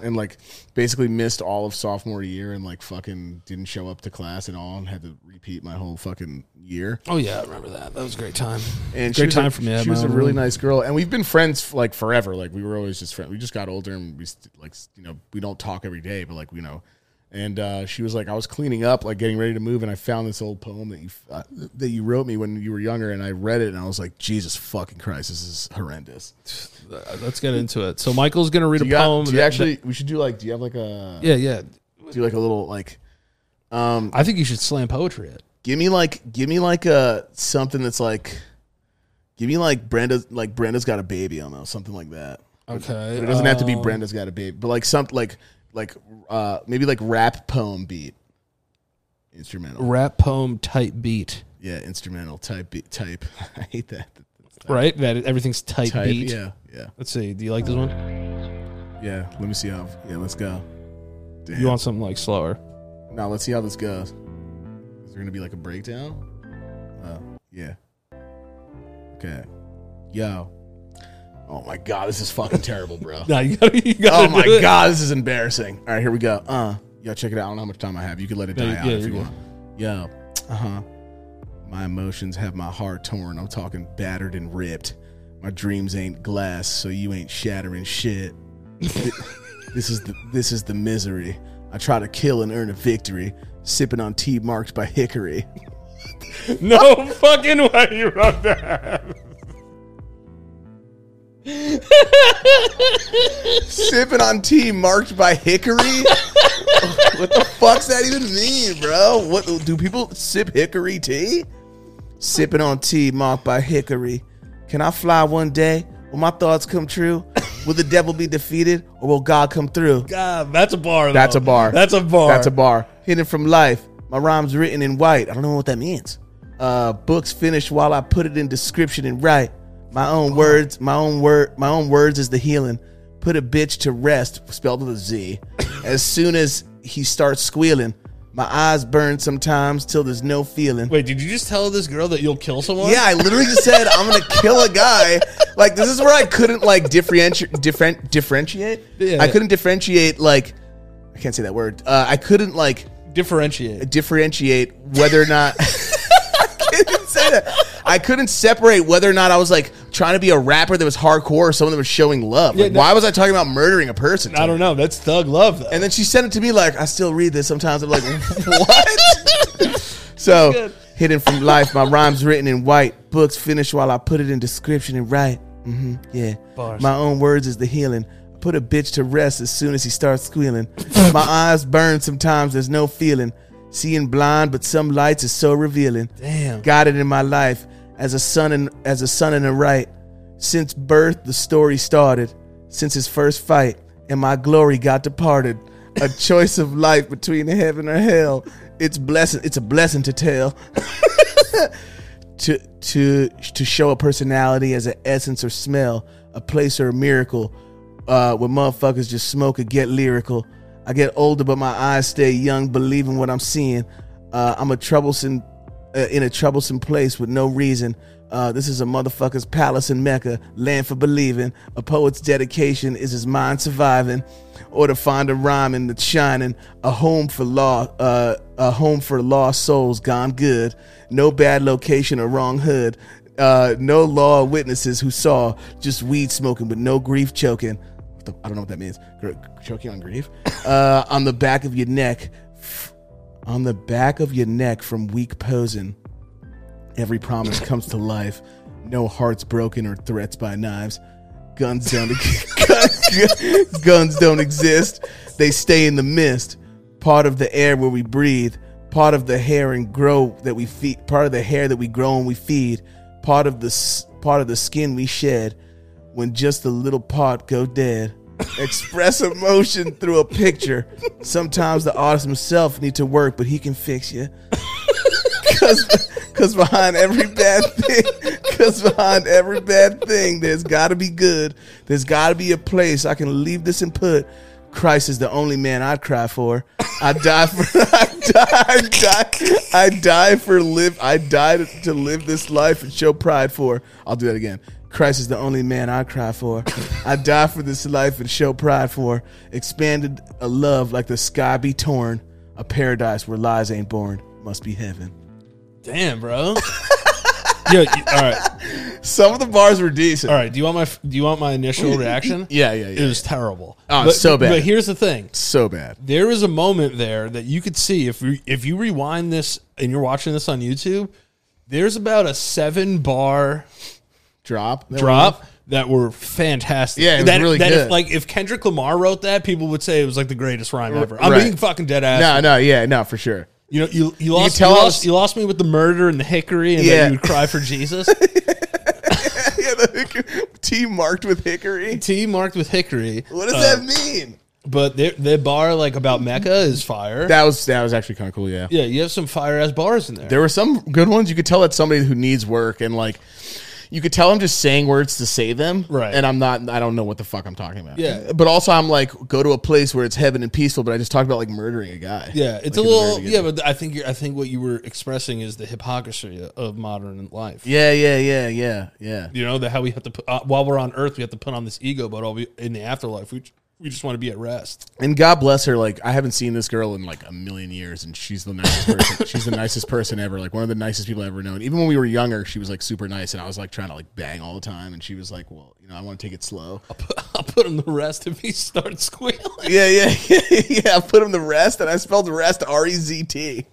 And like basically missed all of sophomore year and like fucking didn't show up to class at all and had to repeat my whole fucking year.
Oh yeah, I remember that. That was a great time.
and
Great
she was
time
a,
for me. I had
She
my
was a
own
really
room.
nice girl, and we've been friends f- like forever. Like we were always just friends. We just got older, and we st- like s- you know we don't talk every day, but like you know. And uh, she was like, I was cleaning up, like getting ready to move, and I found this old poem that you f- uh, that you wrote me when you were younger, and I read it, and I was like, Jesus fucking Christ, this is horrendous.
Uh, Let's get into it. So Michael's gonna read
You
a
got?
poem.
do you
that-
actually? we should do like. Do you have like a?
that- yeah, yeah.
Do like a little like?
I think you should slam poetry it.
Give me like. Give me like a something that's like. Give me like Brenda. Like Brenda's got a baby almost something like that.
Okay. um,
But it doesn't have to be Brenda's got a baby, but like some like like uh maybe like rap poem beat, instrumental.
rap poem type beat,
Yeah, instrumental type beat type. I hate that.
right? That everything's type,
Type.
beat.
Yeah, yeah,
Let's see. Do you like this one?
yeah. Let me see how. Yeah, let's go. Damn.
You want something like slower?
now let's see how this goes. Is there gonna be like a breakdown? Oh yeah. Okay. Yo. Oh my god, this is fucking terrible, bro.
No, you gotta. You gotta
Oh my
do it.
god, this is embarrassing. All right, here we go. Uh, yo, check it out. I don't know how much time I have. You can let it
No,
die
yeah,
out if
you're
you
good.
want. Yo, uh huh. My emotions have my heart torn. I'm talking battered and ripped. My dreams ain't glass, so you ain't shattering shit. This is the this is the misery. I try to kill and earn a victory, sipping on tea marked by hickory.
No fucking way you wrote that.
sipping on tea marked by hickory. what the fuck's that even mean, bro? What do people sip hickory tea? Sipping on tea marked by hickory. Can I fly one day? Will my thoughts come true? Will the devil be defeated or will God come through?
God, that's a bar. Though.
That's a bar.
That's a bar.
That's a bar. Hidden from life. My rhyme's written in white. I don't know what that means. Uh, books finished while I put it in description and write. My own words, my own word, my own words is the healing. Put a bitch to rest, spelled with a Z. As soon as he starts squealing, my eyes burn sometimes till there's no feeling.
Wait, did you just tell this girl that you'll kill someone?
Yeah, I literally just said I'm gonna kill a guy. Like this is where I couldn't like differentiate, different, differentiate.
Yeah,
I
yeah.
couldn't differentiate like I can't say that word. Uh, I couldn't like
Differentiate.
differentiate whether or not. I couldn't say that. I couldn't separate whether or not I was like trying to be a rapper that was hardcore or someone that was showing love. Like,
Yeah, no-
Why was I talking about murdering a person?
I don't know. That's thug love. Though.
And then she sent it to me like, I still read this sometimes. I'm like, what? so,
Good.
hidden from life, my rhymes written in white books, finished while I put it in description and write. hmm yeah,
Bars.
my own words is the healing. Put a bitch to rest as soon as he starts squealing. my eyes burn sometimes. There's no feeling. Seeing blind, but some lights is so revealing.
Damn.
Got it in my life as a son and as a son and a right. Since birth, the story started. Since his first fight, and my glory got departed. A choice of life between heaven or hell. It's blessing. It's a blessing to tell. to to to show a personality as an essence or smell, a place or a miracle. Uh, where motherfuckers just smoke or get lyrical. I get older, but my eyes stay young, believing what I'm seeing. Uh, I'm a troublesome uh, in a troublesome place with no reason. Uh, this is a motherfucker's palace in Mecca, land for believing. A poet's dedication is his mind surviving, or to find a rhyme in the shining, a home for law, uh, a home for lost souls gone good. No bad location or wrong hood. Uh, no law or witnesses who saw just weed smoking with no grief choking. What the- I don't know what that means. Gr- Choking on grief uh, on the back of your neck, on the back of your neck from weak posing. Every promise comes to life. No hearts broken or threats by knives. Guns don't guns, guns don't exist. They stay in the mist, part of the air where we breathe, part of the hair and grow that we feed, part of the hair that we grow and we feed, part of the s- part of the skin we shed. When just a little part go dead, express emotion through a picture. Sometimes the artist himself need to work, but he can fix you. Cause, cause behind every bad thing, cause behind every bad thing, there's got to be good. There's got to be a place I can leave this and put. Christ is the only man I'd cry for. I die for. I die. I die. I die for live. I die to, to live this life and show pride for. I'll do that again. Christ is the only man I cry for. I die for this life and show pride for. Expanded a love like the sky be torn. A paradise where lies ain't born must be heaven.
Damn, bro. Yo, you- all right,
Some of the bars were decent.
all right. Do you want my Do you want my initial reaction?
Yeah, yeah, yeah.
It was terrible.
Oh, it's so bad.
But here's the thing:
so bad.
there is a moment there that you could see if you if you rewind this and you're watching this on YouTube. There's about a seven bar
Drop. That
drop that were fantastic.
Yeah, it was
that,
really
that
good.
If, like if Kendrick Lamar wrote that, people would say it was like the greatest rhyme ever. I'm
right.
being fucking dead ass.
one. No, no, yeah, no, for sure.
You know, you you lost, you,
tell I
lost
was-
you lost me with the murder and the hickory, and
Yeah.
then you would cry for Jesus.
yeah, the T marked with hickory.
T marked with hickory.
What does
Uh,
that mean?
But their their bar like about Mecca is fire.
That was that was actually kind of cool. Yeah.
yeah, you have some fire ass bars in there.
there were some good ones. You could tell that's somebody who needs work and like. You could tell I'm just saying words to say them,
Right.
And I'm not. I don't know what the fuck I'm talking about.
Yeah.
But also, I'm like, go to a place where it's heaven and peaceful. But I just talked about like murdering a guy.
yeah, it's
Like,
a
at the very
little
beginning.
yeah, but I think you're, I think what you were expressing is the hypocrisy of modern life.
Yeah. Yeah. Yeah. Yeah. Yeah.
You know, the how we have to put uh, while we're on Earth, we have to put on this ego, but all we, in the afterlife, we we just want to be at rest.
And God bless her. Like I haven't seen this girl in like a million years, and she's the nicest person. she's the nicest person ever. Like one of the nicest people I've ever known. Even when we were younger, she was like super nice, and I was like trying to like bang all the time, and she was like, "Well, you know, I want to take it slow."
I'll put him to rest if he starts squealing.
Yeah, yeah, yeah, yeah. I put him to rest, and I spelled rest R E Z T.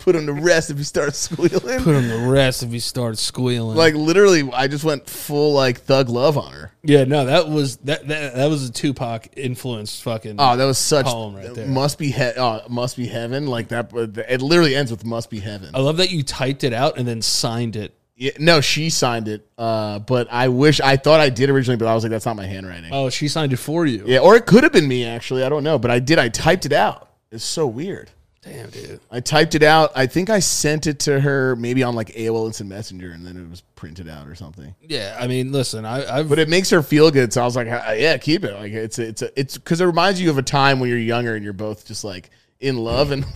Put him to rest if he starts squealing.
Put him to rest if he starts squealing.
like literally, I just went full like thug love on her.
yeah, no, that was that that, that was a Tupac influenced fucking.
Oh, that was such
Poem right there.
must be he- oh, must be heaven. Like that. It literally ends with must be heaven.
I love that you typed it out and then signed it
Yeah, no, she signed it. Uh, but I wish I thought I did originally, but I was like, that's not my handwriting.
Oh, she signed it for you.
Yeah, or it could have been me actually. I don't know, but I did. I typed it out. It's so weird.
Damn, dude.
I typed it out. I think I sent it to her maybe on like AOL Instant Messenger, and then it was printed out or something.
Yeah, I mean, listen, I, I've
But it makes her feel good, so I was like, "Ah, yeah, keep it. Like it's a, it's a, it's because it reminds you of a time when you're younger and you're both just like in love and.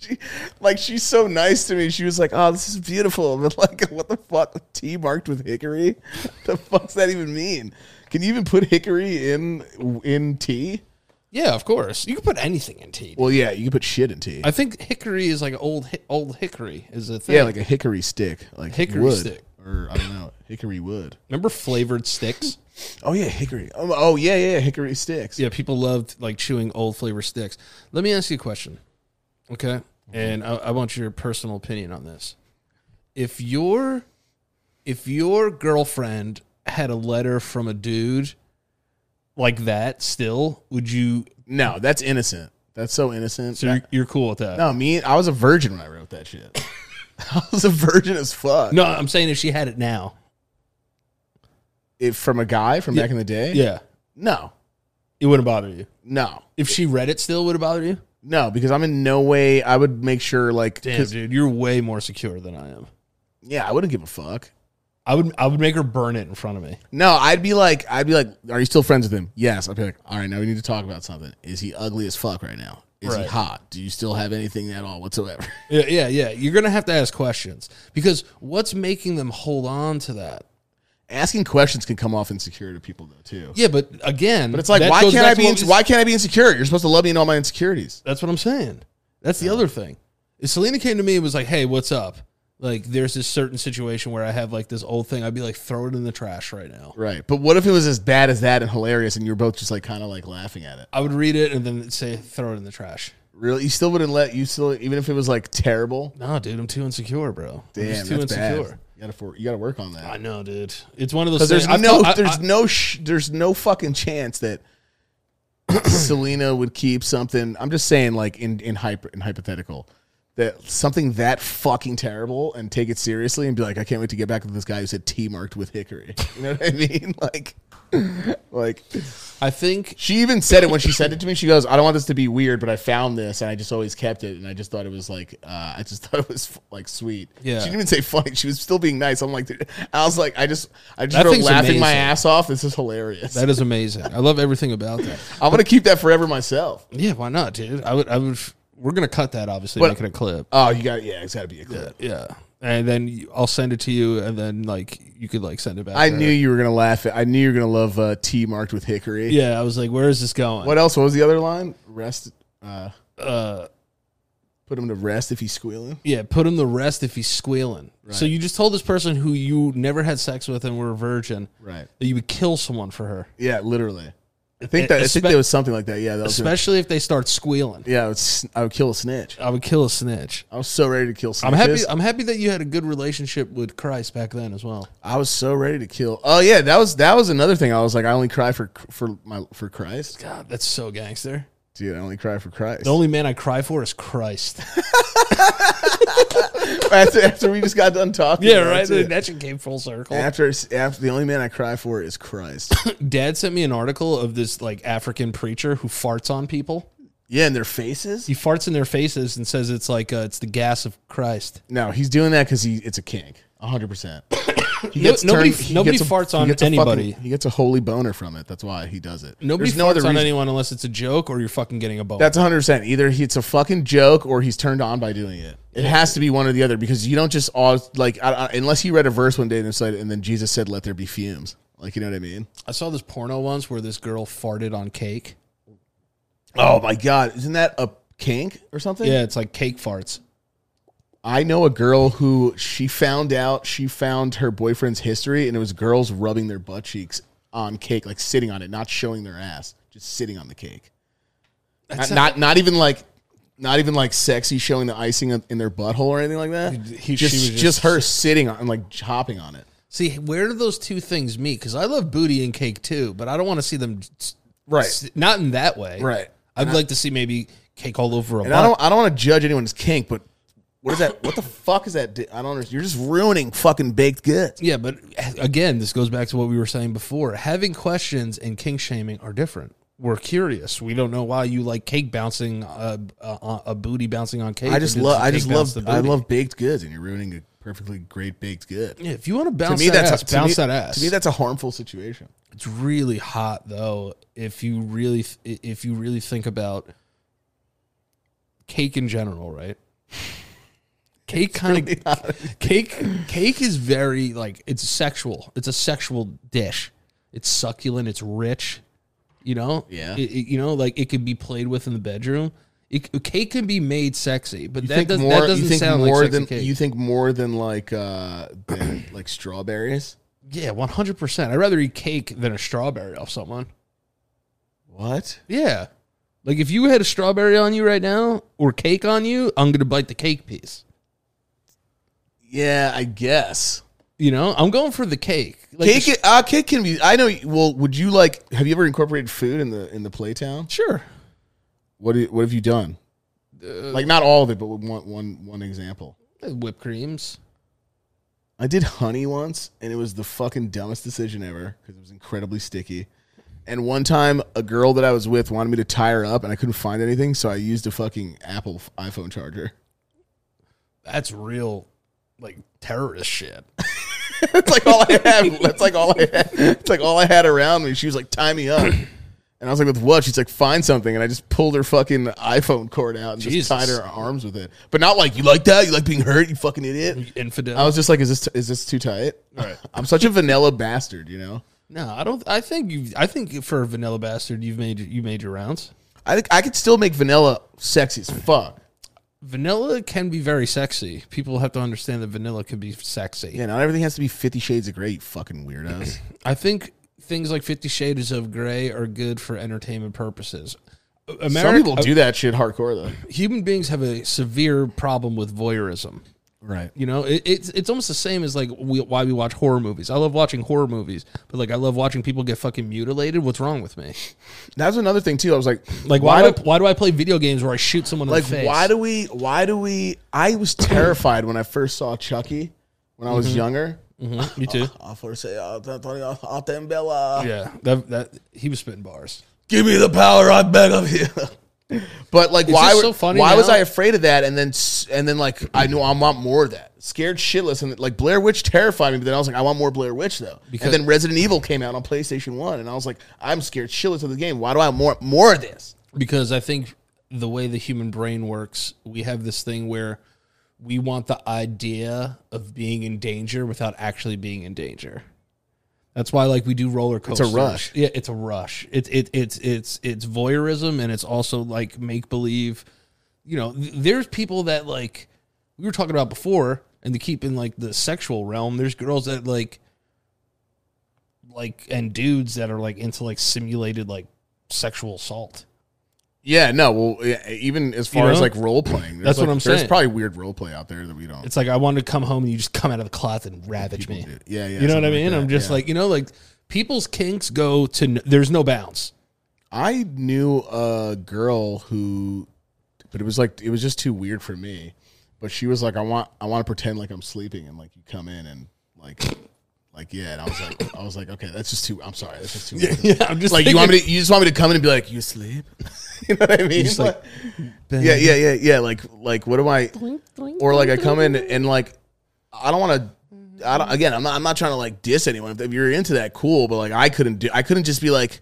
She, like she's so nice to me. She was like, "Oh, this is beautiful," but like, what the fuck? T marked with hickory? The fuck's that even mean? Can you even put hickory in in tea?
yeah, of course. You can put anything in tea.
Well, yeah, you can put shit in tea.
I think hickory is like old hi- old hickory is a thing.
Yeah, like a hickory stick, like
Hickory
wood,
stick.
or I don't know, hickory wood.
remember flavored sticks?
Oh yeah, hickory. Oh, oh yeah, yeah, hickory sticks.
Yeah, people loved like chewing old flavor sticks. Let me ask you a question, okay? And I, I want your personal opinion on this. If your if your girlfriend had a letter from a dude like that, still would you?
No, that's innocent. That's so innocent.
So you're, you're cool with that?
no, me. I was a virgin when I wrote that shit. I was a virgin as fuck.
no, I'm saying if she had it now,
If from a guy from back in the day.
yeah,
No,
it wouldn't bother you.
no,
If she read it, still would it bother you?
no, because I'm in no way. I would make sure, like,
Damn,
'cause-
dude, you're way more secure than I am.
yeah, I wouldn't give a fuck.
I would I would make her burn it in front of me.
No, I'd be like, I'd be like, are you still friends with him? Yes. I'd be like, all right, now we need to talk about something. Is he ugly as fuck right now? Is he
Right.
hot? Do you still have anything at all whatsoever?
Yeah, yeah, yeah. You're gonna have to ask questions because what's making them hold on to that?
Asking questions can come off insecure to people though too.
Yeah, but again,
But it's like,
that
why
goes
can't
back
I
to
be?
what
ins-
we-
why can't I be insecure? You're supposed to love me in all my insecurities.
That's what I'm saying. That's the other thing. If Selena came to me and was like, "Hey, what's up?" Like, there's this certain situation where I have like this old thing. I'd be like, "Throw it in the trash right now."
Right. But what if it was as bad as that and hilarious, and you're both just like kind of like laughing at it?
I would read it and then say, "Throw it in the trash."
Really, you still wouldn't let you still even if it was like terrible.
No, dude, I'm too insecure, bro. I'm
Damn,
just too
that's
insecure.
bad. You gotta for, you gotta work on
I
that.
know, dude. It's one of those.
Because there's
things- I
no
felt- I-
there's
I-
no sh- there's no fucking chance that Selena would keep something. I'm just saying like in in hyper in hypothetical. That something that fucking terrible and take it seriously and be like, I can't wait to get back with this guy who said T marked with hickory. You know what I mean? Like, like
I think
She even said it when she sent it to me. She goes, "I don't want this to be weird, but I found this and I just always kept it, and I just thought it was like, uh, I just thought it was like sweet."
Yeah.
She didn't even say funny. She was still being nice. I'm like, dude, I was like, I just, I just
That
wrote
thing's
laughing my
amazing.
ass off. This is hilarious.
that is amazing. I love everything about that.
I'm gonna keep that forever myself.
Yeah, why not, dude? I would. I would. We're gonna cut that, obviously,
But-
make it a clip.
Oh, you got, yeah, it's got to be a clip.
Yeah, and then you- I'll send it to you, and then like you could like send it back.
I
to
knew
her.
you were gonna laugh. At, I knew you were gonna love uh, T marked with hickory.
Yeah, I was like, where is this going?
What else? What was the other line? Rest. Uh,
Uh,
put him to rest if he's squealing.
yeah, put him the rest if he's squealing. So you just told this person who you never had sex with and were a virgin
Right.
that you would kill someone for her,
Yeah. Literally. I think
Eh,
that. I think
espe-
there was something like that. Yeah. That was.
especially if they start squealing.
Yeah, I would, sn- I would kill a snitch.
I would kill a snitch.
I was so ready to kill snitches.
I'm happy. I'm happy that you had a good relationship with Christ back then as well.
I was so ready to kill. Oh yeah, that was that was another thing. I was like, I only cry for for my for Christ,
God, that's so gangster.
dude. I only cry for Christ.
The only man I cry for is Christ.
after after we just got done talking.
yeah,
about
right.
it.
That shit came full circle.
After after the only man I cry for is Christ.
Dad sent me an article of this like African preacher who farts on people.
yeah, and their faces.
He farts in their faces and says it's like uh, it's the gas of Christ.
No, he's doing that because he it's a kink. hundred percent. He
No- nobody-
he
nobody
gets
farts
he
on
gets a fucking-
anybody.
he gets a holy boner from it. That's why he does it.
Nobody
There's
farts
no other
on
reason.
anyone unless it's a joke or you're fucking getting a bone.
That's 100%. Either he- it's a fucking joke or he's turned on by doing it. It has to be one or the other because you don't just all, like, I, I, unless he read a verse one day and, it's like, and then Jesus said, let there be fumes. Like, you know what I mean?
I saw this porno once where this girl farted on cake.
Oh my God. Isn't that a kink or something?
Yeah, it's like cake farts.
I know a girl who she found out, she found her boyfriend's history and it was girls rubbing their butt cheeks on cake, like sitting on it, not showing their ass, just sitting on the cake. Not, not, not even like, not even like sexy showing the icing in their butthole or anything like that.
He,
just,
she was
just, her sitting on like hopping on it.
See, where do those two things meet? Because I love booty and cake too, but I don't want to see them. s-
Right.
s- Not in that way.
Right.
I'd like to see maybe cake all over a
And I
butt.
don't I don't want to judge anyone's kink, but What is that? What the fuck is that? di- I don't understand. You're just ruining fucking baked goods.
Yeah, but again, this goes back to what we were saying before. Having questions and king shaming are different. We're curious. We don't know why you like cake bouncing uh, uh, a booty bouncing on cake.
I just
or did
love. I
cake
just
bounce
love.
the
I
booty?
love baked goods, and you're ruining a perfectly great baked good.
Yeah, if you want to
To
bounce
me,
that
that's
ass,
a, to
bounce
me-
that ass.
To me, that's a harmful situation.
it's really hot though. If you really, if you really think about cake in general, right? Cake kind of cake. Cake is very like it's sexual. It's a sexual dish. It's succulent. It's rich. You know.
Yeah.
It- it- you know, like it could be played with in the bedroom. It, cake can be made sexy, but that, does, that doesn't sound
more
like sexy
than
cake.
you think more than like uh than like strawberries.
yeah, one hundred percent. I'd rather eat cake than a strawberry off someone.
What?
Yeah. Like if you had a strawberry on you right now or cake on you, I'm gonna bite the cake piece.
Yeah, I guess.
You know, I'm going for the cake. Like
Cake, i- uh, cake can be. I know. Well, would you like? Have you ever incorporated food in the in the playtown?
sure.
What do you- What have you done? like not all of it, but one one one example.
Whipped creams.
I did honey once, and it was the fucking dumbest decision ever because it was incredibly sticky. And one time, a girl that I was with wanted me to tie her up, and I couldn't find anything, so I used a fucking Apple f- iPhone charger.
That's real like terrorist shit.
That's like all I had. That's like all I had. It's like all I had around me. She was like, "Tie me up," and I was like, "With what?" She's like, "Find something," and I just pulled her fucking iPhone cord out and
Jesus.
just tied her arms with it. But not like you like that. You like being hurt, you fucking idiot.
Infidel.
I was just like, "Is this is this too tight?"
Right.
I'm such a vanilla bastard, you know.
no, I don't I think you I think for a vanilla bastard you've made you made your rounds.
I think I could still make vanilla sexy as fuck.
Vanilla can be very sexy. People have to understand that vanilla can be sexy.
Yeah, not everything has to be Fifty Shades of Grey. You fucking weirdos.
I think things like Fifty Shades of Grey are good for entertainment purposes. America,
Some people do that shit hardcore though.
human beings have a severe problem with voyeurism.
Right.
You know, it, it's it's almost the same as like we, why we watch horror movies. I love watching horror movies, but like I love watching people get fucking mutilated. What's wrong with me?
That was another thing too. I was like,
Like why do, I, why do I play video games where I shoot someone
like
in the face?
why do we why do we i was terrified when i first saw chucky when i was younger
Mhm, me too?
I'll first say, uh, Antonio Altembella.
yeah, that that he was spitting bars.
give me the power i beg of you but like why
just
were-
so funny
why was
now.
i afraid of that and then s- and then like i knew i want more of that scared shitless and like blair witch terrified me but then i was like i want more blair witch though
Because-
and then resident evil came out on playstation 1 and i was like i'm scared shitless of the game why do i want more more of this
because I think the way the human brain works, we have this thing where we want the idea of being in danger without actually being in danger. That's why, like, we do roller coasters.
rush.
Yeah, it's a rush. It's it, it's it's it's voyeurism, and it's also like make believe. You know, th- there's people that like we were talking about before, and to keep in like the sexual realm, there's girls that like like and dudes that are like into like simulated like sexual assault.
yeah, no. Well, yeah, even as far as
know?
like role playing,
That's what I'm
There's
saying.
probably weird role play out there that we don't.
It's like I want to come home and you just come out of the closet and ravage me.
do. Yeah,
You know what
yeah,
I
something like
mean?
that,
I'm just
yeah.
like, you know, like people's kinks go to n- there's no bounds.
I knew a girl who, but it was like it was just too weird for me. But she was like, I want, I want to pretend like I'm sleeping, and like you come in and like, like yeah. And I was like, I was like, okay, that's just too. I'm sorry, that's just too. Weird.
Yeah, I'm just
Like you want me to, you just want me to come in and be like, you sleep. you know what I mean?
just like,
yeah, yeah, yeah, yeah. Like, like what am I? Or like I come in and like, I don't want to. I don't, again, I'm not. I'm not trying to like diss anyone. If, if you're into that, cool. But like, I couldn't do. I couldn't just be like,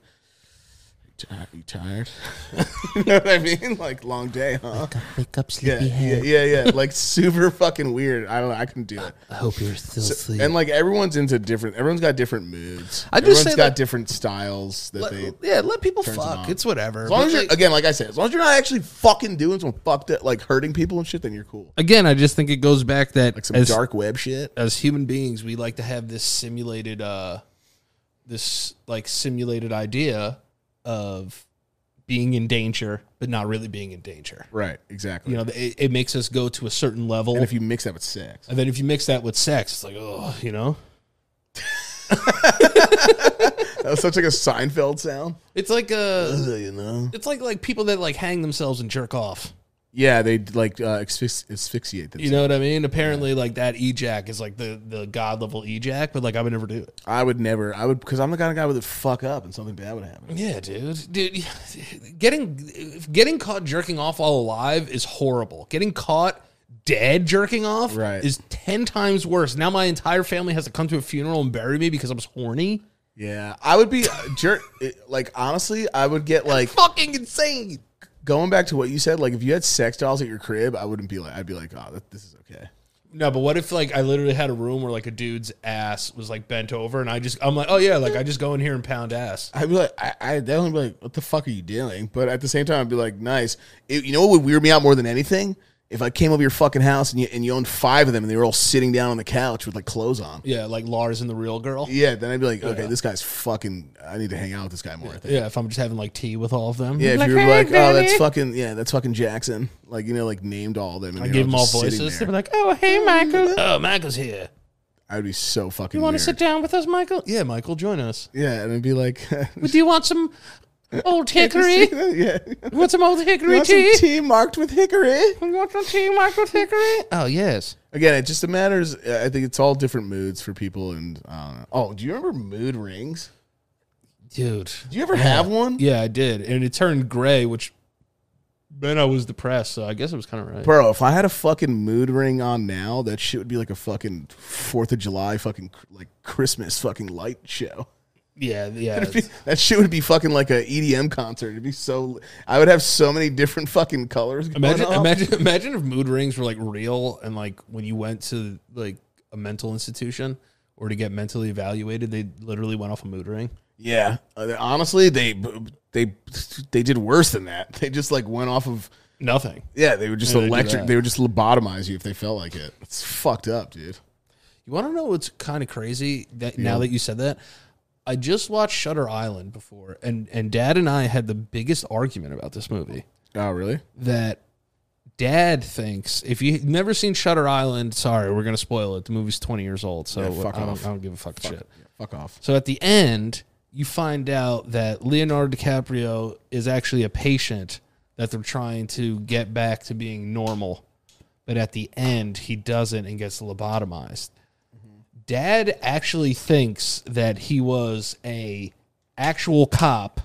"Ti- you tired? you know what I mean? Like long day, huh?
Wake up,
Yeah, yeah, yeah, yeah. Like super fucking weird. I don't know. I couldn't do it.
I hope you're still asleep.
And like everyone's into different. Everyone's got different moods.
I just
Everyone's
say
got
that-
different styles that they. As
yeah, let people
turns 'em
fuck.
on.
It's whatever.
long
But,
as you're
like,
again, like I said, as long as you're not actually fucking doing some fucked up, like hurting people and shit, then you're cool.
again, I just think it goes back that
Like some
as,
dark web shit.
as human beings, we like to have this simulated, uh, this like simulated idea of being in danger, but not really being in danger.
Right, exactly.
You know, it, it makes us go to a certain level.
and if you mix that with sex,
And then if you mix that with sex, it's like, oh, you know?
that was such like a Seinfeld sound.
It's like uh
You know,
it's like like people that like hang themselves and jerk off.
Yeah, they like uh, asphyx- asphyxiate themselves.
You know what I mean? Apparently, like that ejac is like the the god level ejac, but like I would never do it.
I would never. I would because I'm the kind of guy who would fuck up and something bad would happen.
Yeah, dude, dude, getting getting caught jerking off while alive is horrible. Getting caught dead jerking off
Right.
is ten times worse. Now my entire family has to come to a funeral and bury me because I was horny.
Yeah, I would be jerk. it- Like honestly, I would get like
Fucking insane.
going back to what you said. Like if you had sex dolls at your crib, I wouldn't be like. I'd be like, oh, that, this is okay.
No, but what if like I literally had a room where like a dude's ass was like bent over, and I just I'm like, oh yeah, like I just go in here and pound ass.
I'd be like, I, I I'd definitely be like, what the fuck are you doing? But at the same time, I'd be like, nice. It, you know what would weird me out more than anything? If I came over your fucking house and you and you owned five of them and they were all sitting down on the couch with like clothes on.
Yeah, like Lars and the real girl.
Yeah, then I'd be like, okay, this guy's fucking. I need to hang out with this guy more. I think.
Yeah, if I'm just having like tea with all of them.
Yeah, if
Like,
you were
"Hey,
like, oh, that's
baby."
fucking, yeah, that's fucking Jackson. Like, you know, like named all of them. And
I
they're
give them all
just sitting
voices. They're
there.
like, oh, hey, Michael. Oh, Michael's here.
I would be so fucking.
You
want
want to sit down with us, Michael? Yeah, Michael, join us.
Yeah, and I'd be like,
Do you want some old hickory? You
yeah,
want some old hickory
want some
tea?
tea marked with hickory.
You want some tea, Michael Hickory? Oh, yes.
Again, it just matters. I think it's all different moods for people, and I don't know. Oh, do you remember mood rings?
Dude.
Do you ever have one?
Yeah, I did. And it turned gray, which then I was depressed, so I guess it was kind of right.
Bro, if I had a fucking mood ring on now, that shit would be like a fucking Fourth of July, fucking like Christmas, fucking light show.
yeah, yeah.
It'd be- that shit would be fucking like a EDM concert. It'd be so. I would have so many different fucking colors. Going
Imagine,
off.
imagine, imagine if mood rings were like real and like when you went to like a mental institution or to get mentally evaluated, they literally went off a mood ring.
Yeah, Uh, they- honestly, they they they did worse than that. They just like went off of.
Nothing.
Yeah, they would just
Yeah, they do
electric.
that.
They would just lobotomize you if they felt like it. It's fucked up, dude.
You want to know what's kind of crazy? That now that you said that, I just watched Shutter Island before, and and Dad and I had the biggest argument about this movie.
Oh, really?
That Dad thinks if you've never seen Shutter Island, sorry, we're gonna spoil it. The movie's twenty years old, so
Yeah, fuck
I, don't,
off.
I don't give a fuck, shit.
Fuck off.
So at the end, you find out that Leonardo DiCaprio is actually a patient that they're trying to get back to being normal. But at the end, he doesn't and gets lobotomized. Dad actually thinks that he was a actual cop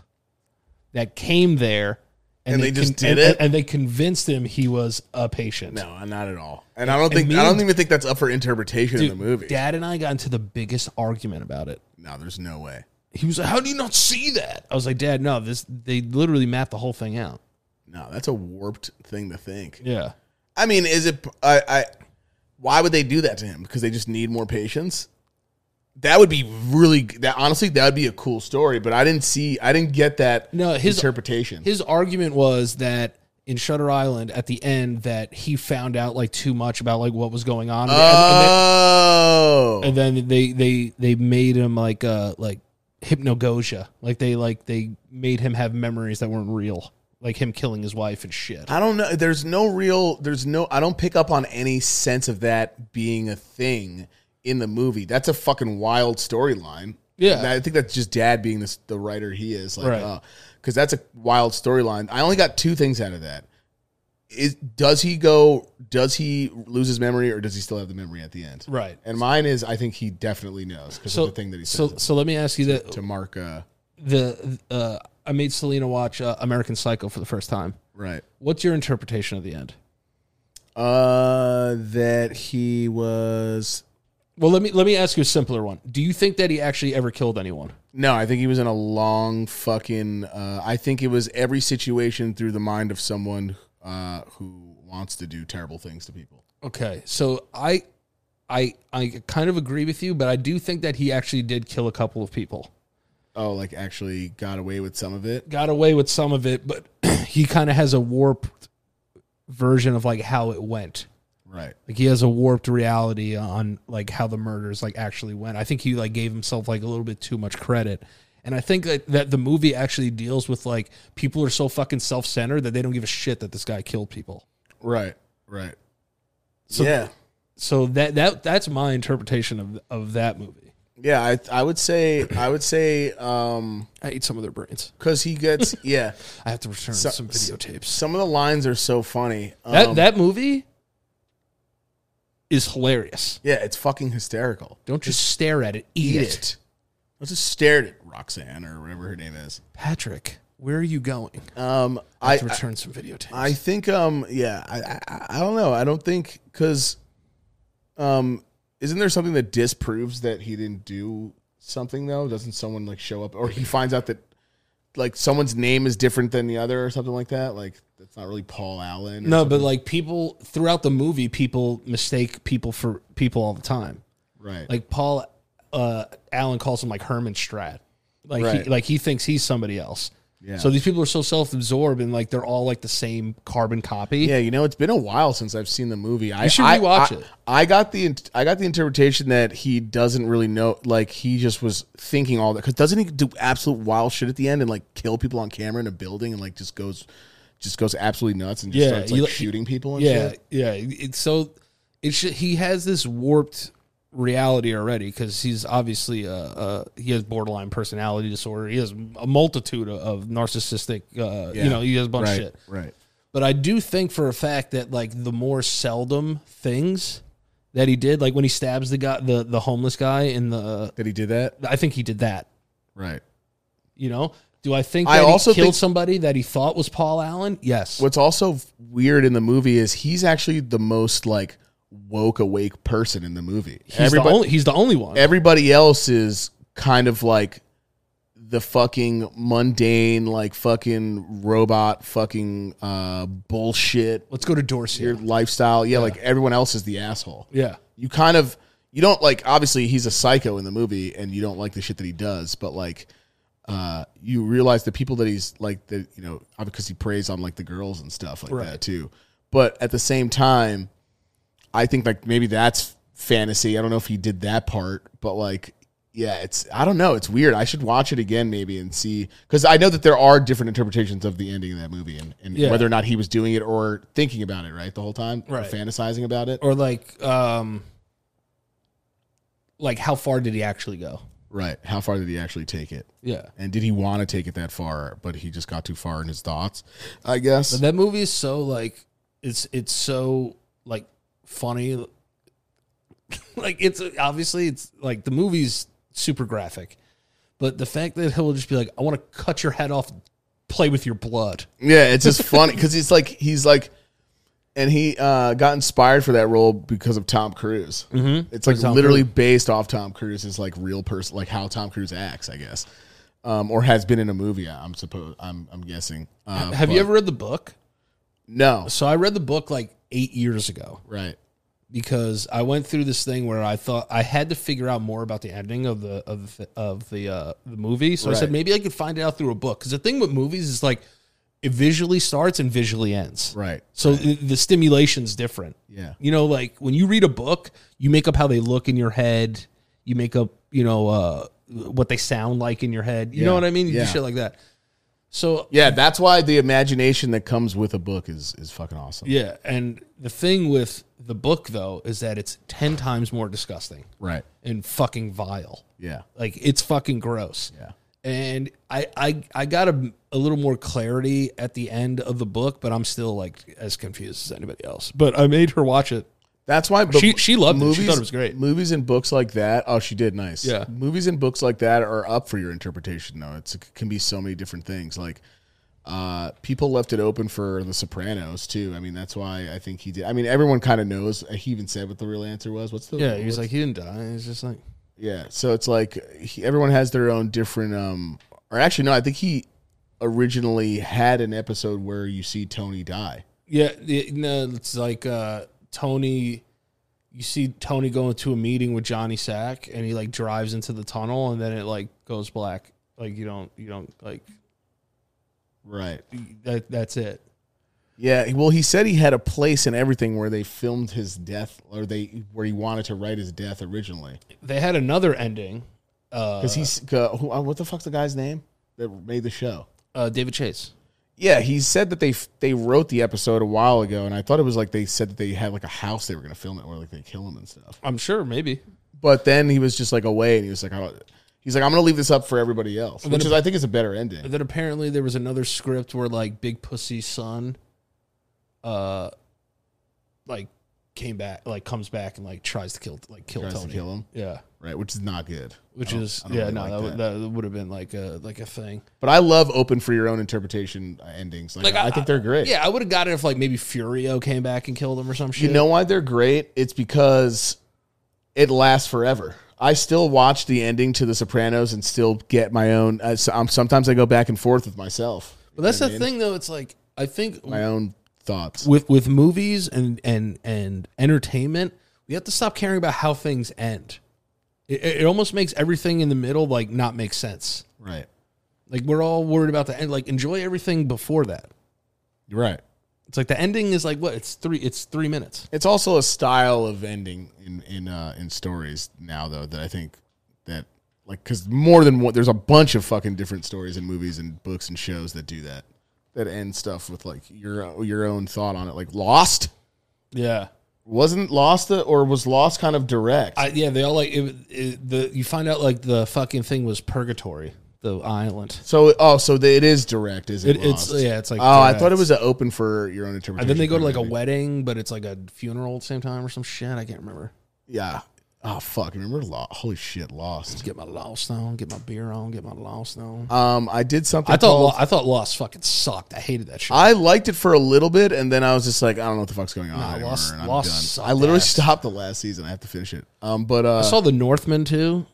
that came there and,
And they just did
and-
it?
and they convinced him he was a patient.
No, uh, not at all. And I don't think
me
I don't
and-
even think that's up for interpretation
Dude,
in the movie.
Dad and I got into the biggest argument about it.
no, there's no way.
he was like, "How do you not see that?" I was like, "Dad, no, this they literally mapped the whole thing out."
No, that's a warped thing to think.
Yeah,
I mean, is it? I, I. Why would they do that to him? Because they just need more patience. That would be really. That honestly, that would be a cool story. But I didn't see. I didn't get that.
No, his-
interpretation.
his argument was that in Shutter Island at the end that he found out like too much about like what was going on, And- and,
oh,
and then, and then they they they made him like uh like hypnagogia, like they like they made him have memories that weren't real, like him killing his wife and shit.
I don't know. There's no real. There's no. I don't pick up on any sense of that being a thing in the movie. That's a fucking wild storyline.
Yeah.
And I think that's just dad being this, the writer he is. Like,
Right.
because that's a wild storyline. I only got two things out of that. Is does he go? Does he lose his memory, or does he still have the memory at the end?
Right.
And mine is, I think he definitely knows because
So
of the thing that he
so
says
so let me ask you that
to Mark. Uh,
the uh I made Selena watch uh, American Psycho for the first time.
right.
What's your interpretation of the end?
Uh, that he was
Well, let me let me ask you a simpler one. Do you think that he actually ever killed anyone?
No, I think he was in a long fucking. Uh, I think it was every situation through the mind of someone uh, who wants to do terrible things to people.
Okay, so I, I, I kind of agree with you, but I do think that he actually did kill a couple of people.
Oh, like actually got away with some of it.
Got away with some of it, but he kind of has a warped version of like how it went.
Right.
Like he has a warped reality on like how the murders like actually went. I think he like gave himself like a little bit too much credit. And I think that, that the movie actually deals with like people are so fucking self-centered that they don't give a shit that this guy killed people.
Right. Right. yeah.
so that that that's my interpretation of of that movie.
Yeah, I I would say I would say um
I ate some of their brains.
because he gets yeah
I have to return
So-
some videotapes.
some of the lines are so funny. Um,
That that movie is hilarious.
yeah, it's fucking hysterical.
Don't just stare at it, eat, it.
Let's just stare at it, Roxanne or whatever her name is.
Patrick, where are you going?
Um,
I
I,
have to return some videotapes.
I think um yeah I I, I- I don't know I don't think because um isn't there something that disproves that he didn't do something though doesn't someone like show up or he finds out that like someone's name is different than the other or something like that like that's not really Paul Allen or
No,
something.
but like people throughout the movie, people mistake people for people all the time.
right
Like Paul uh, Allen calls him like Herman Strat. Like
Right.
he, like he thinks he's somebody else.
Yeah.
So these people are so self absorbed and like they're all like the same carbon copy.
yeah you know it's been a while since I've seen the movie I
You should
I-
rewatch
I-
it.
I got the int- I got the interpretation that he doesn't really know like he just was thinking all that because doesn't he do absolute wild shit at the end and like kill people on camera in a building and like just goes just goes absolutely nuts and just
Yeah,
starts
he,
like
like-
shooting people and
yeah,
shit.
yeah. It's so it's he has this warped reality already because he's obviously uh, uh he has borderline personality disorder. He has a multitude of, of narcissistic. Uh,
Yeah.
You know, he has a bunch
right
of shit.
right
But I do think for a fact that like the more seldom things that he did, like when he stabs the guy, the the homeless guy in the,
that he did that
I think he did that.
right.
You know. Do I think that
I
he
also
killed
think-
somebody that he thought was Paul Allen? Yes.
What's also weird in the movie is he's actually the most like woke awake person in the movie.
he's the only he's the only one.
everybody else is kind of like the fucking mundane, like fucking robot, fucking uh, bullshit,
Let's go to Dorsey.
your lifestyle. Yeah, like everyone else is the asshole.
yeah.
You kind of you don't like. Obviously, he's a psycho in the movie, and you don't like the shit that he does. But like, uh, you realize the people that he's like that. You know, because he preys on like the girls and stuff like that too. But at the same time, I think like maybe that's fantasy. I don't know if he did that part, but like yeah, it's I don't know, it's weird. I should watch it again maybe and see cuz I know that there are different interpretations of the ending of that movie and, and
Yeah.
whether or not he was doing it or thinking about it, right? The whole time, or
Right.
fantasizing about it.
or like um like how far did he actually go
right. How far did he actually take it?
yeah
And did he want to take it that far, but he just got too far in his thoughts? I guess.
but that movie is so like it's it's so like funny like it's obviously it's like the movie's super graphic but the fact that he'll just be like i want to cut your head off and play with your blood
Yeah, it's just funny because he's like he's like, and he uh, got inspired for that role because of Tom Cruise. Mm-hmm. It's like
Tom
literally based off Tom Cruise's like real person, like how Tom Cruise acts, I guess, um, or has been in a movie. I'm suppose I'm I'm guessing. Uh,
have
but-
you ever read the book
No,
so i read the book like eight years ago
right,
because I went through this thing where I thought I had to figure out more about the ending of the of of the uh, the movie. So I
Right.
said maybe I could find it out through a book. Because the thing with movies is like it visually starts and visually ends.
right,
So the the stimulation's different.
yeah,
You know, like when you read a book, you make up how they look in your head. You make up, you know, uh, what they sound like in your head. You know
Yeah.
what I mean? You
Yeah.
do shit like that. So
yeah. That's why the imagination that comes with a book is is fucking awesome.
yeah, and the thing with the book though is that it's ten times more disgusting.
Right.
and fucking vile.
Yeah.
Like it's fucking gross.
Yeah.
And I I I got a, a little more clarity at the end of the book, but I'm still like as confused as anybody else. But I made her watch it.
That's why
She- she loved it. She thought it was great.
Movies and books like that. Oh, she did nice.
Yeah.
movies and books like that are up for your interpretation. Though it's, it can be so many different things. Like, uh, people left it open for The Sopranos too. I mean, that's why I think he did. I mean, everyone kind of knows. uh, He even said what the real answer was. What's the
Yeah, he was
what's-
like he didn't die. He's just like
yeah. So it's like he, everyone has their own different. Um, or actually, no, I think he originally had an episode where you see Tony die.
yeah, the, no, it's like uh Tony you see Tony going to a meeting with Johnny Sack and he like drives into the tunnel and then it like goes black. Like you don't you don't like
Right.
that that's it.
Yeah, well, he said he had a place and everything where they filmed his death, or they where he wanted to write his death originally.
They had another ending. Uh
uh, Because he's uh, who, uh, what the fuck's the guy's name that made the show?
uh, David Chase.
Yeah, he said that they f- they wrote the episode a while ago, and I thought it was like they said that they had like a house they were going to film it, or like they kill him and stuff.
I'm sure, maybe.
But then he was just like away, and he was like, I don't. He's like, I'm going to leave this up for everybody else, which is I think is a better ending.
And then apparently there was another script where like Big Pussy's son, uh, like came back, like comes back and like tries to kill, like kill
Tries to
Tony.
kill him,
Yeah,
right? Which is not good.
which
I don't-
is
Oh, I don't
yeah,
really
no,
like
that, would that would have been like a like a thing.
But I love open for your own interpretation uh, endings. Like,
Like,
I,
I-
I think they're great.
Yeah, I would have got it if like maybe Furio came back and killed him or some shit.
You know why they're great? It's because it lasts forever. I still watch the ending to The Sopranos and still get my own. I, so- I'm, sometimes I go back and forth with myself.
but that's
You
the
know what I mean?
thing though. It's like I think
My own thoughts.
with with movies and and and entertainment, we have to stop caring about how things end. It, it it almost makes everything in the middle like not make sense.
Right.
Like we're all worried about the end. Like enjoy everything before that.
You're right.
It's like the ending is like what? It's three. It's three minutes.
It's also a style of ending in in uh, in stories now though that I think that like because more than one there's a bunch of fucking different stories and movies and books and shows that do that that end stuff with like your your own thought on it like Lost
Yeah.
wasn't Lost the, or was Lost kind of direct
I, yeah. They all like it, it, the. You find out like the fucking thing was purgatory, the island.
so oh so the, it is direct is it,
It, it's
Lost?
yeah. It's like
oh I thought it
direct.
was a open for your own interpretation
And then they go to like a
kind of
wedding, but it's like a funeral at the same time or some shit. I can't remember.
thing. yeah oh fuck remember Lost holy shit Lost
Get my lost on. Get my beer on. Get my lost on.
um I did something
I thought
called-
Lo- I thought Lost fucking sucked. I hated that shit.
I liked it for a little bit, and then I was just like, I don't know what the fuck's going on.
Nah,
anymore,
Lost-
and I'm
Lost
done.
sucked
I literally
ass.
stopped the last season. I have to finish it. Um, but uh,
I saw the Northmen too.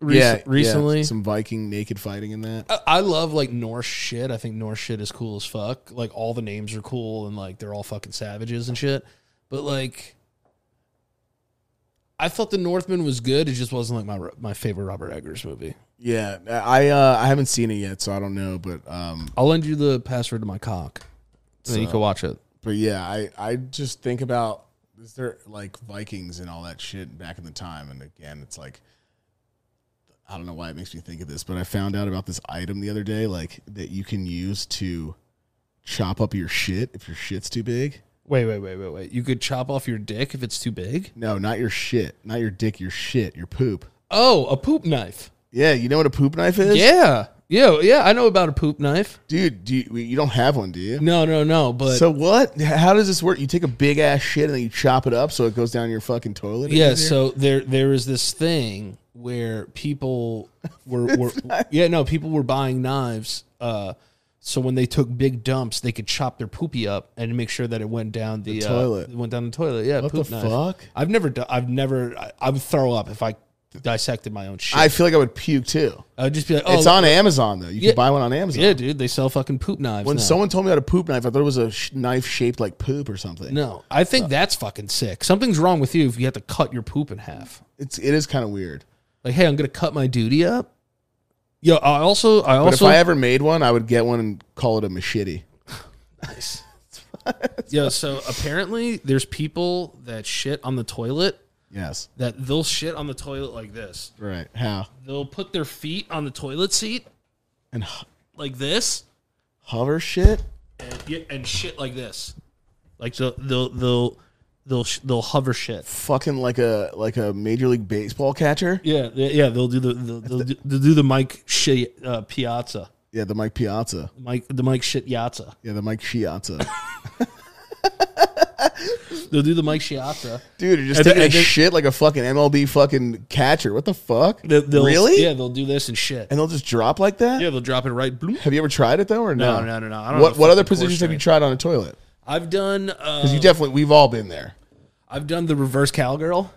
rec-
yeah, yeah,
recently.
some Viking naked fighting in that.
I- I love like Norse shit. I think Norse shit is cool as fuck. Like all the names are cool and like they're all fucking savages and shit. But like, I thought the Northman was good. It just wasn't like my my favorite Robert Eggers movie.
Yeah, I uh, I haven't seen it yet, so I don't know. But um,
I'll lend you the password to my cock, so you can watch it.
but yeah, I I just think about is there like Vikings and all that shit back in the time, and again, it's like. I don't know why it makes me think of this, but I found out about this item the other day, like that you can use to chop up your shit if your shit's too big.
Wait, wait, wait, wait, wait. You could chop off your dick if it's too big.
No, not your shit. Not your dick, your shit, your poop.
Oh, a poop knife.
Yeah, you know what a poop knife is?
Yeah, yeah, yeah. I know about a poop knife.
Dude, do you, you don't have one, do you?
No, no, no. But
So what? How does this work? You take a big ass shit and then you chop it up so it goes down your fucking toilet?
yeah
easier?
so there there is this thing where people were, were yeah no people were buying knives uh so when they took big dumps they could chop their poopy up and make sure that it went down the, uh,
toilet.
it went down the toilet yeah
What the fuck?
i've never done i've never I, I would throw up if i dissected my own shit
I feel like I would puke too.
i would just be like oh
it's on Amazon though. You
Yeah.
can buy one on Amazon.
yeah dude they sell fucking poop knives
When
now.
someone told me about a poop knife, I thought it was a sh- knife shaped like poop or something.
no i think that's fucking sick something's wrong with you if you have to cut your poop in half
It's it is kind of weird.
like hey i'm gonna cut my duty up yo i also i
But
also
if I ever made one, I would get one and call it a machete.
Nice. yeah, so apparently there's people that shit on the toilet
Yes.
that they'll shit on the toilet like this.
Right. How?
They'll put their feet on the toilet seat
And h-
like this
hover shit?
and, yeah, and shit like this. Like they'll they'll they'll they'll, sh- they'll hover shit.
Fucking like a like a major league baseball catcher?
Yeah, they- yeah, they'll do the they'll, they'll, do, they'll do the Mike shit uh, piazza.
Yeah, the Mike Piazza.
Mike the Mike shit piazza.
Yeah, the Mike Chiazza.
They'll do the Mike piazza.
Dude, you're just
And
taking
then-
a
and then-
shit like a fucking MLB fucking catcher. What the fuck?
They'll, they'll-
really?
Yeah, they'll do this and shit.
And they'll just drop like that?
Yeah, they'll drop it right. bloop.
Have you ever tried it though or no?
No, no, no, no. I don't
what
have a
what other
fucking
positions
horse
have you
trade.
tried on a toilet?
I've done. Uh,
Because you definitely we've all been there.
I've done the reverse cowgirl.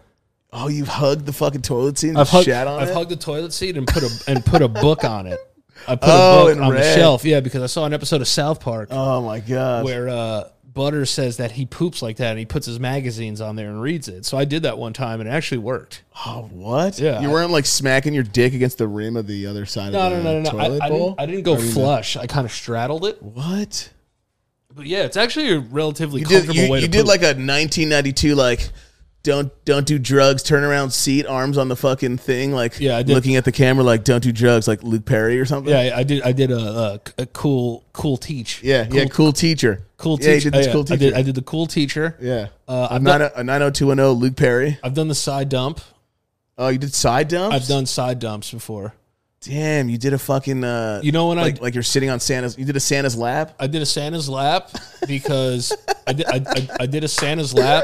Oh, you've hugged the fucking toilet seat and
I've hugged.
shat on
I've
it?
hugged the toilet seat and put a and put a book on it. I put
Oh,
a
in
book on
red.
the shelf. Yeah, because I saw an episode of South Park
oh my god.
where uh, Butter says that he poops like that and he puts his magazines on there and reads it. So I did that one time and it actually worked.
Oh what?
Yeah.
You weren't like smacking your dick against the rim of the other side
No,
of
no,
the
no, no, no. I,
toilet
I,
bowl?
didn't, I didn't go flush. I kind of straddled it.
what?
But yeah, it's actually a relatively
You did,
comfortable
you,
way
you
to
did
poop.
like a 1992 like don't don't do drugs. Turn around, seat, arms on the fucking thing, like
Yeah, I did.
looking at the camera, like don't do drugs, like Luke Perry or something.
Yeah, I- I did. I did a, a, a cool, cool teach.
yeah, cool, yeah. Cool teacher,
cool
Yeah, he
teacher.
did this cool
I
teacher.
did. I did the cool teacher.
yeah,
Uh,
a
I've done.
nine a nine hundred two one zero Luke Perry.
I've done the side dump.
Oh, you did side dumps.
I've done side dumps before.
Damn, you did a fucking. Uh,
You know when
like
I
like you're sitting on Santa's. You did a Santa's lap.
I did a Santa's lap because I did I, I, I did a Santa's lap.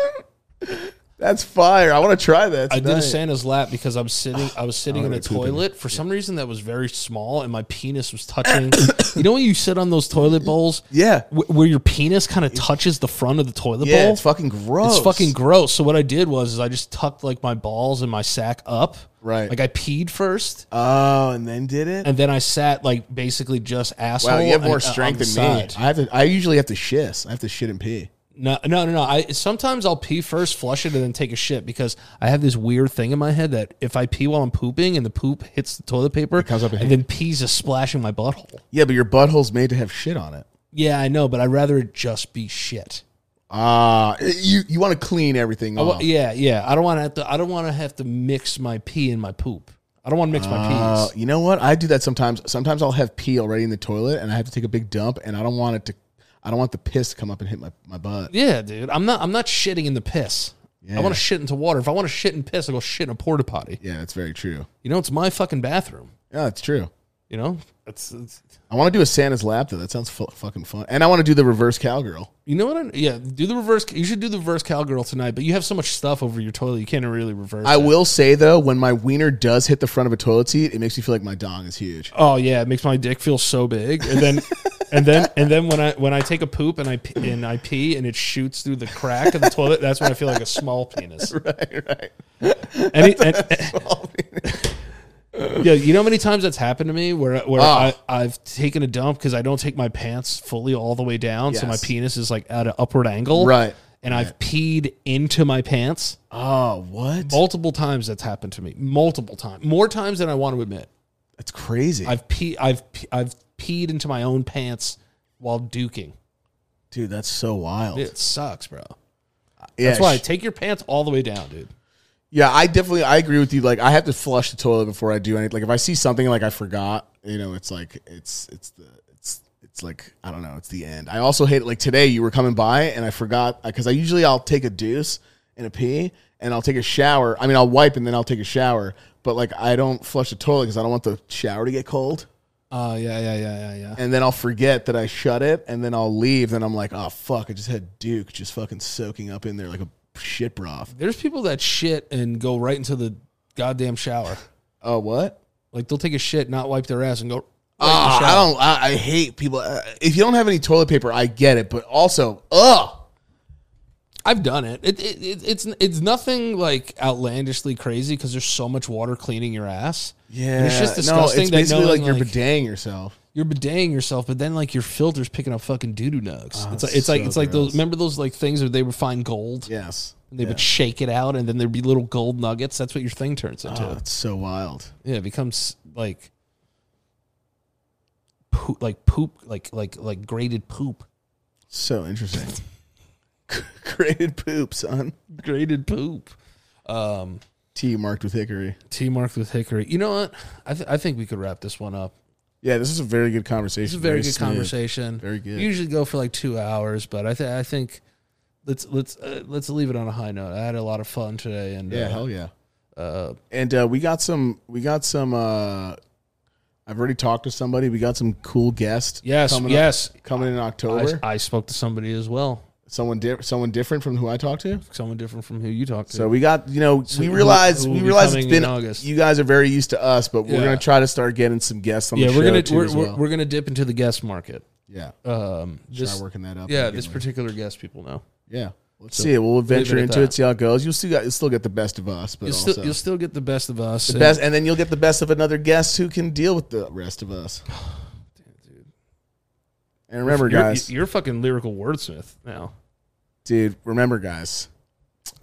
That's fire. I want to try that.
I did a
tonight.
Santa's lap because I'm sitting I was sitting in a
already pooping.
toilet for some reason that was very small and my penis was touching. you know when you sit on those toilet bowls
Yeah.
wh- where your penis kind of touches the front of the toilet
Yeah,
bowl?
it's fucking gross.
It's fucking gross. So what I did was is I just tucked like my balls and my sack up.
Right.
Like I peed first
Oh, and then did it.
and then I sat like basically just asshole.
Wow, you have
and-
more
uh,
strength
on the
than
side.
me. I have to. I usually have to shiss. I have to shit and pee.
No, no, no, no. I sometimes I'll pee first, flush it, and then take a shit because I have this weird thing in my head that if I pee while I'm pooping and the poop hits the toilet paper,
comes up in
and then pee's a splash in my butthole.
Yeah, but your butthole's made to have shit on it.
Yeah, I know, but I'd rather it just be shit.
Ah, you you want to clean everything
Well,
off.
yeah, yeah. I don't want to have to. I don't want to have to mix my pee and my poop. I don't want to mix my
Uh,
peas.
you know what? I do that sometimes. Sometimes I'll have pee already in the toilet, and I have to take a big dump, and I don't want it to. I don't want the piss to come up and hit my, my butt.
Yeah, dude. I'm not. I'm not shitting in the piss. I want to shit into water. If I want to shit in piss, I go shit in a porta potty.
Yeah, that's very true.
You know, it's my fucking bathroom.
Yeah, that's true.
You know, that's. that's
I want to do a Santa's lap though. That sounds fu- fucking fun. And I want to do the reverse cowgirl.
You know what? I, yeah, do the reverse. You should do the reverse cowgirl tonight, but you have so much stuff over your toilet, you can't really reverse.
I
it.
will say though, when my wiener does hit the front of a toilet seat, it makes me feel like my dong is huge.
Oh yeah, it makes my dick feel so big, and then, and then, and then when I when I take a poop and I p- and I pee and it shoots through the crack of the toilet, that's when I feel like a small penis.
right, right.
Any, and, Oh, yeah, you know how many times that's happened to me where where
Ah.
I, I've taken a dump because I don't take my pants fully all the way down, so my
Yes.
penis is like at an upward angle,
Right.
And I've peed into my pants.
Oh, what?
Multiple times that's happened to me. Multiple times, more times than I want to admit.
That's crazy,
I've pee, I've pe- I've peed into my own pants while duking.
dude. That's so wild.
It sucks, bro.
yeah,
That's why I
sh-
take your pants all the way down, dude.
yeah, I definitely I agree with you. Like, I have to flush the toilet before I do anything. Like, if I see something like I forgot, you know, it's like it's it's the it's it's like I don't know, it's the end. I also hate like today you were coming by and I forgot because I usually I'll take a deuce and a pee and I'll take a shower. I mean, I'll wipe and then I'll take a shower, but like I don't flush the toilet because I don't want the shower to get cold.
Oh
Uh,
yeah, yeah, yeah, yeah, yeah.
and then I'll forget that I shut it, and then I'll leave. Then I'm like, oh fuck, I just had Duke just fucking soaking up in there like a shit broth.
There's people that shit and go right into the goddamn shower.
Oh what?
Like they'll take a shit, not wipe their ass, and go.
Ah, I don't. I, I hate people. Uh, If you don't have any toilet paper, I get it, but also, ugh.
I've done it. It, it, it. It's it's nothing like outlandishly crazy because there's so much water cleaning your ass.
Yeah,
And it's just disgusting.
No, it's
that
basically
knowing,
like you're bedang yourself.
you're bedaying yourself, but then like your filter's picking up fucking doo doo nugs. it's like it's like
Ah, so
it's like those.
gross.
Remember those like things where they would find gold
Yes,
and they would shake it out, and then there'd be little gold nuggets. That's what your thing turns into.
oh, it's so wild.
Yeah, it becomes like poop, like poop, like like like grated poop,
So interesting. Graded poop, son.
grated poop. Um,
T marked with hickory.
T marked with hickory. You know what? I th- I think we could wrap this one up.
Yeah, this is a very good conversation.
It's a very, good
smooth.
conversation.
Very good.
Usually go for like two hours, but I think I think let's let's uh, let's leave it on a high note. I had a lot of fun today, and
Yeah,
uh,
hell yeah.
uh,
and uh, we got some we got some uh i've already talked to somebody we got some cool guests
yes,
coming up-
yes.
coming in
I,
october
I spoke to somebody as well,
someone di- someone different from who i talked to
someone different from who you talked to.
so we got you know we
who-
realize
who will
we
be
realize it's
coming
been
in August?
you guys are very used to us but we're
Yeah.
gonna try to start getting some guests on
yeah,
the show
we're gonna
too
we're,
as
we're,
well.
we're gonna dip into the guest market.
yeah
Um, this,
try working that up
Yeah,
and
this
getting-
particular guest people know.
yeah let's see it we'll venture
at
into it
that.
see how it goes you'll still, you'll still get the best of us but
You'll
also
still, you'll still get the best of us. and-
best and then you'll get the best of another guest who can deal with the rest of us and remember
you're,
guys
you're fucking lyrical wordsmith now.
dude remember guys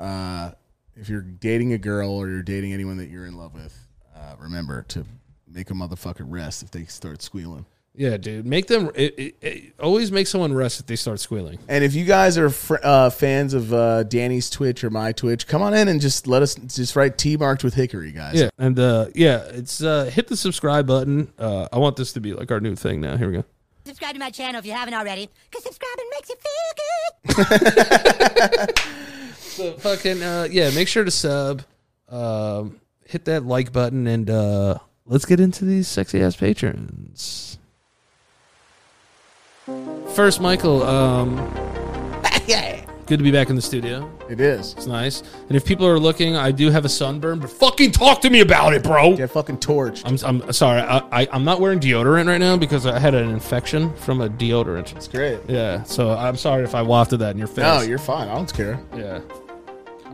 uh, if you're dating a girl or you're dating anyone that you're in love with uh, remember to make a motherfucker rest if they start squealing
Yeah, dude. Make them. It, it, it always make someone rest if they start squealing.
And if you guys are fr- uh, fans of uh, Danny's Twitch or my Twitch, come on in and just let us just write T marked with Hickory, guys.
Yeah, and uh, yeah, it's uh, hit the subscribe button. Uh, I want this to be like our new thing now. Here we go.
Subscribe to my channel if you haven't already, because subscribing makes you feel good.
So fucking uh, yeah, make sure to sub, um, hit that like button, and uh, let's get into these sexy ass patrons. First, Michael. Um, good to be back in the studio.
It is.
It's nice. And if people are looking, I do have a sunburn, but fucking talk to me about it, bro.
Get fucking torched.
I'm, I'm sorry. I, I, I'm not wearing deodorant right now because I had an infection from a deodorant.
It's great.
Yeah. So I'm sorry if I wafted that in your face.
No, you're fine. I don't care.
yeah.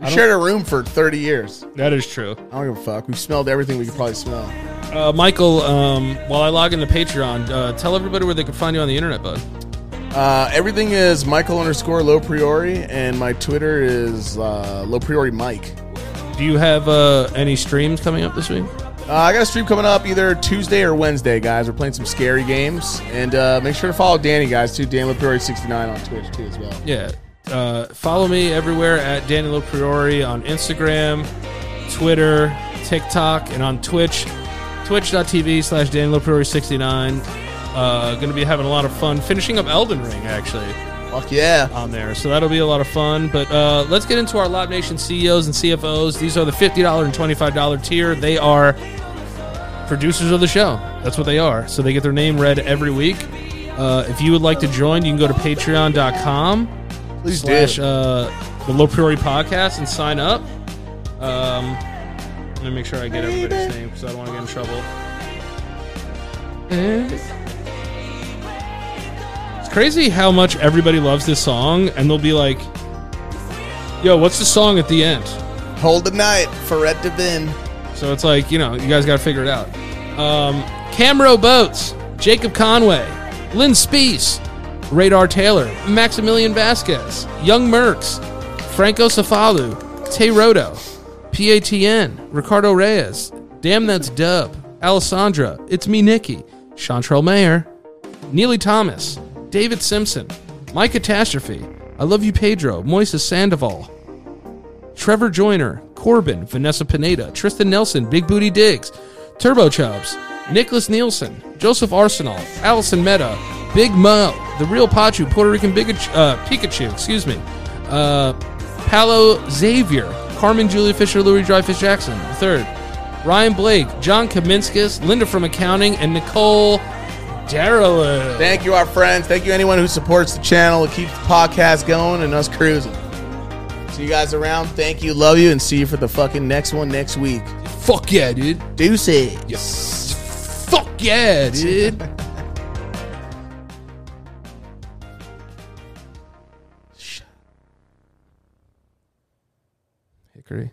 We shared a room for 30 years.
That is true.
I don't give a fuck. We've smelled everything we could probably smell.
Uh, Michael, um, while I log into Patreon, uh, tell everybody where they can find you on the internet, bud.
Uh, everything is Michael underscore low priori, and my Twitter is uh, low priori Mike.
Do you have uh, any streams coming up this week?
Uh, I got a stream coming up either Tuesday or Wednesday, guys. We're playing some scary games, and uh, make sure to follow Danny, guys, too. Dan Priori sixty nine on Twitch too, as well.
Yeah. Uh, follow me everywhere at Daniel Priori on Instagram, Twitter, TikTok, and on Twitch. Twitch.tv slash Daniel Priori 69. Uh, going to be having a lot of fun finishing up Elden Ring, actually,
Fuck yeah!
on there. So that'll be a lot of fun. But uh, let's get into our Lob Nation CEOs and CFOs. These are the $50 and $25 tier. They are producers of the show. That's what they are. So they get their name read every week. Uh, if you would like to join, you can go to patreon.com
Please
slash
do.
uh, the Low Priori Podcast and sign up. Um, let me make sure I get everybody's name because I don't want to get in trouble. It's crazy how much everybody loves this song, and they'll be like, "Yo, what's the song at the end?"
Hold the night for Red Devin.
So it's like, you know, you guys got to figure it out. Um, Camro Boats, Jacob Conway, Lynn Spees, Radar Taylor, Maximilian Vasquez, Young Mercs, Franco Safalu, Tay Roto, PATN, Ricardo Reyes, Damn That's Dub, Alessandra, It's Me Nikki, Chantrell Mayer, Neely Thomas, David Simpson, My Catastrophe, I Love You Pedro, Moises Sandoval, Trevor Joyner, Corbin, Vanessa Pineda, Tristan Nelson, Big Booty Diggs, Turbo Chubs, Nicholas Nielsen, Joseph Arsenal, Allison Meta, Big Mo, The Real Pachu, Puerto Rican Big, uh, Pikachu, excuse me, uh, Palo Xavier, Carmen Julia Fisher, Louis Dreyfus Jackson, the third, Ryan Blake, John Kaminskis, Linda from Accounting, and Nicole Darrelin.
Thank you, our friends. Thank you, anyone who supports the channel. It keeps the podcast going and us cruising. See you guys around. Thank you, love you, and see you for the fucking next one next week.
Fuck yeah, dude.
Deuce it.
Fuck yeah, dude. Hickory.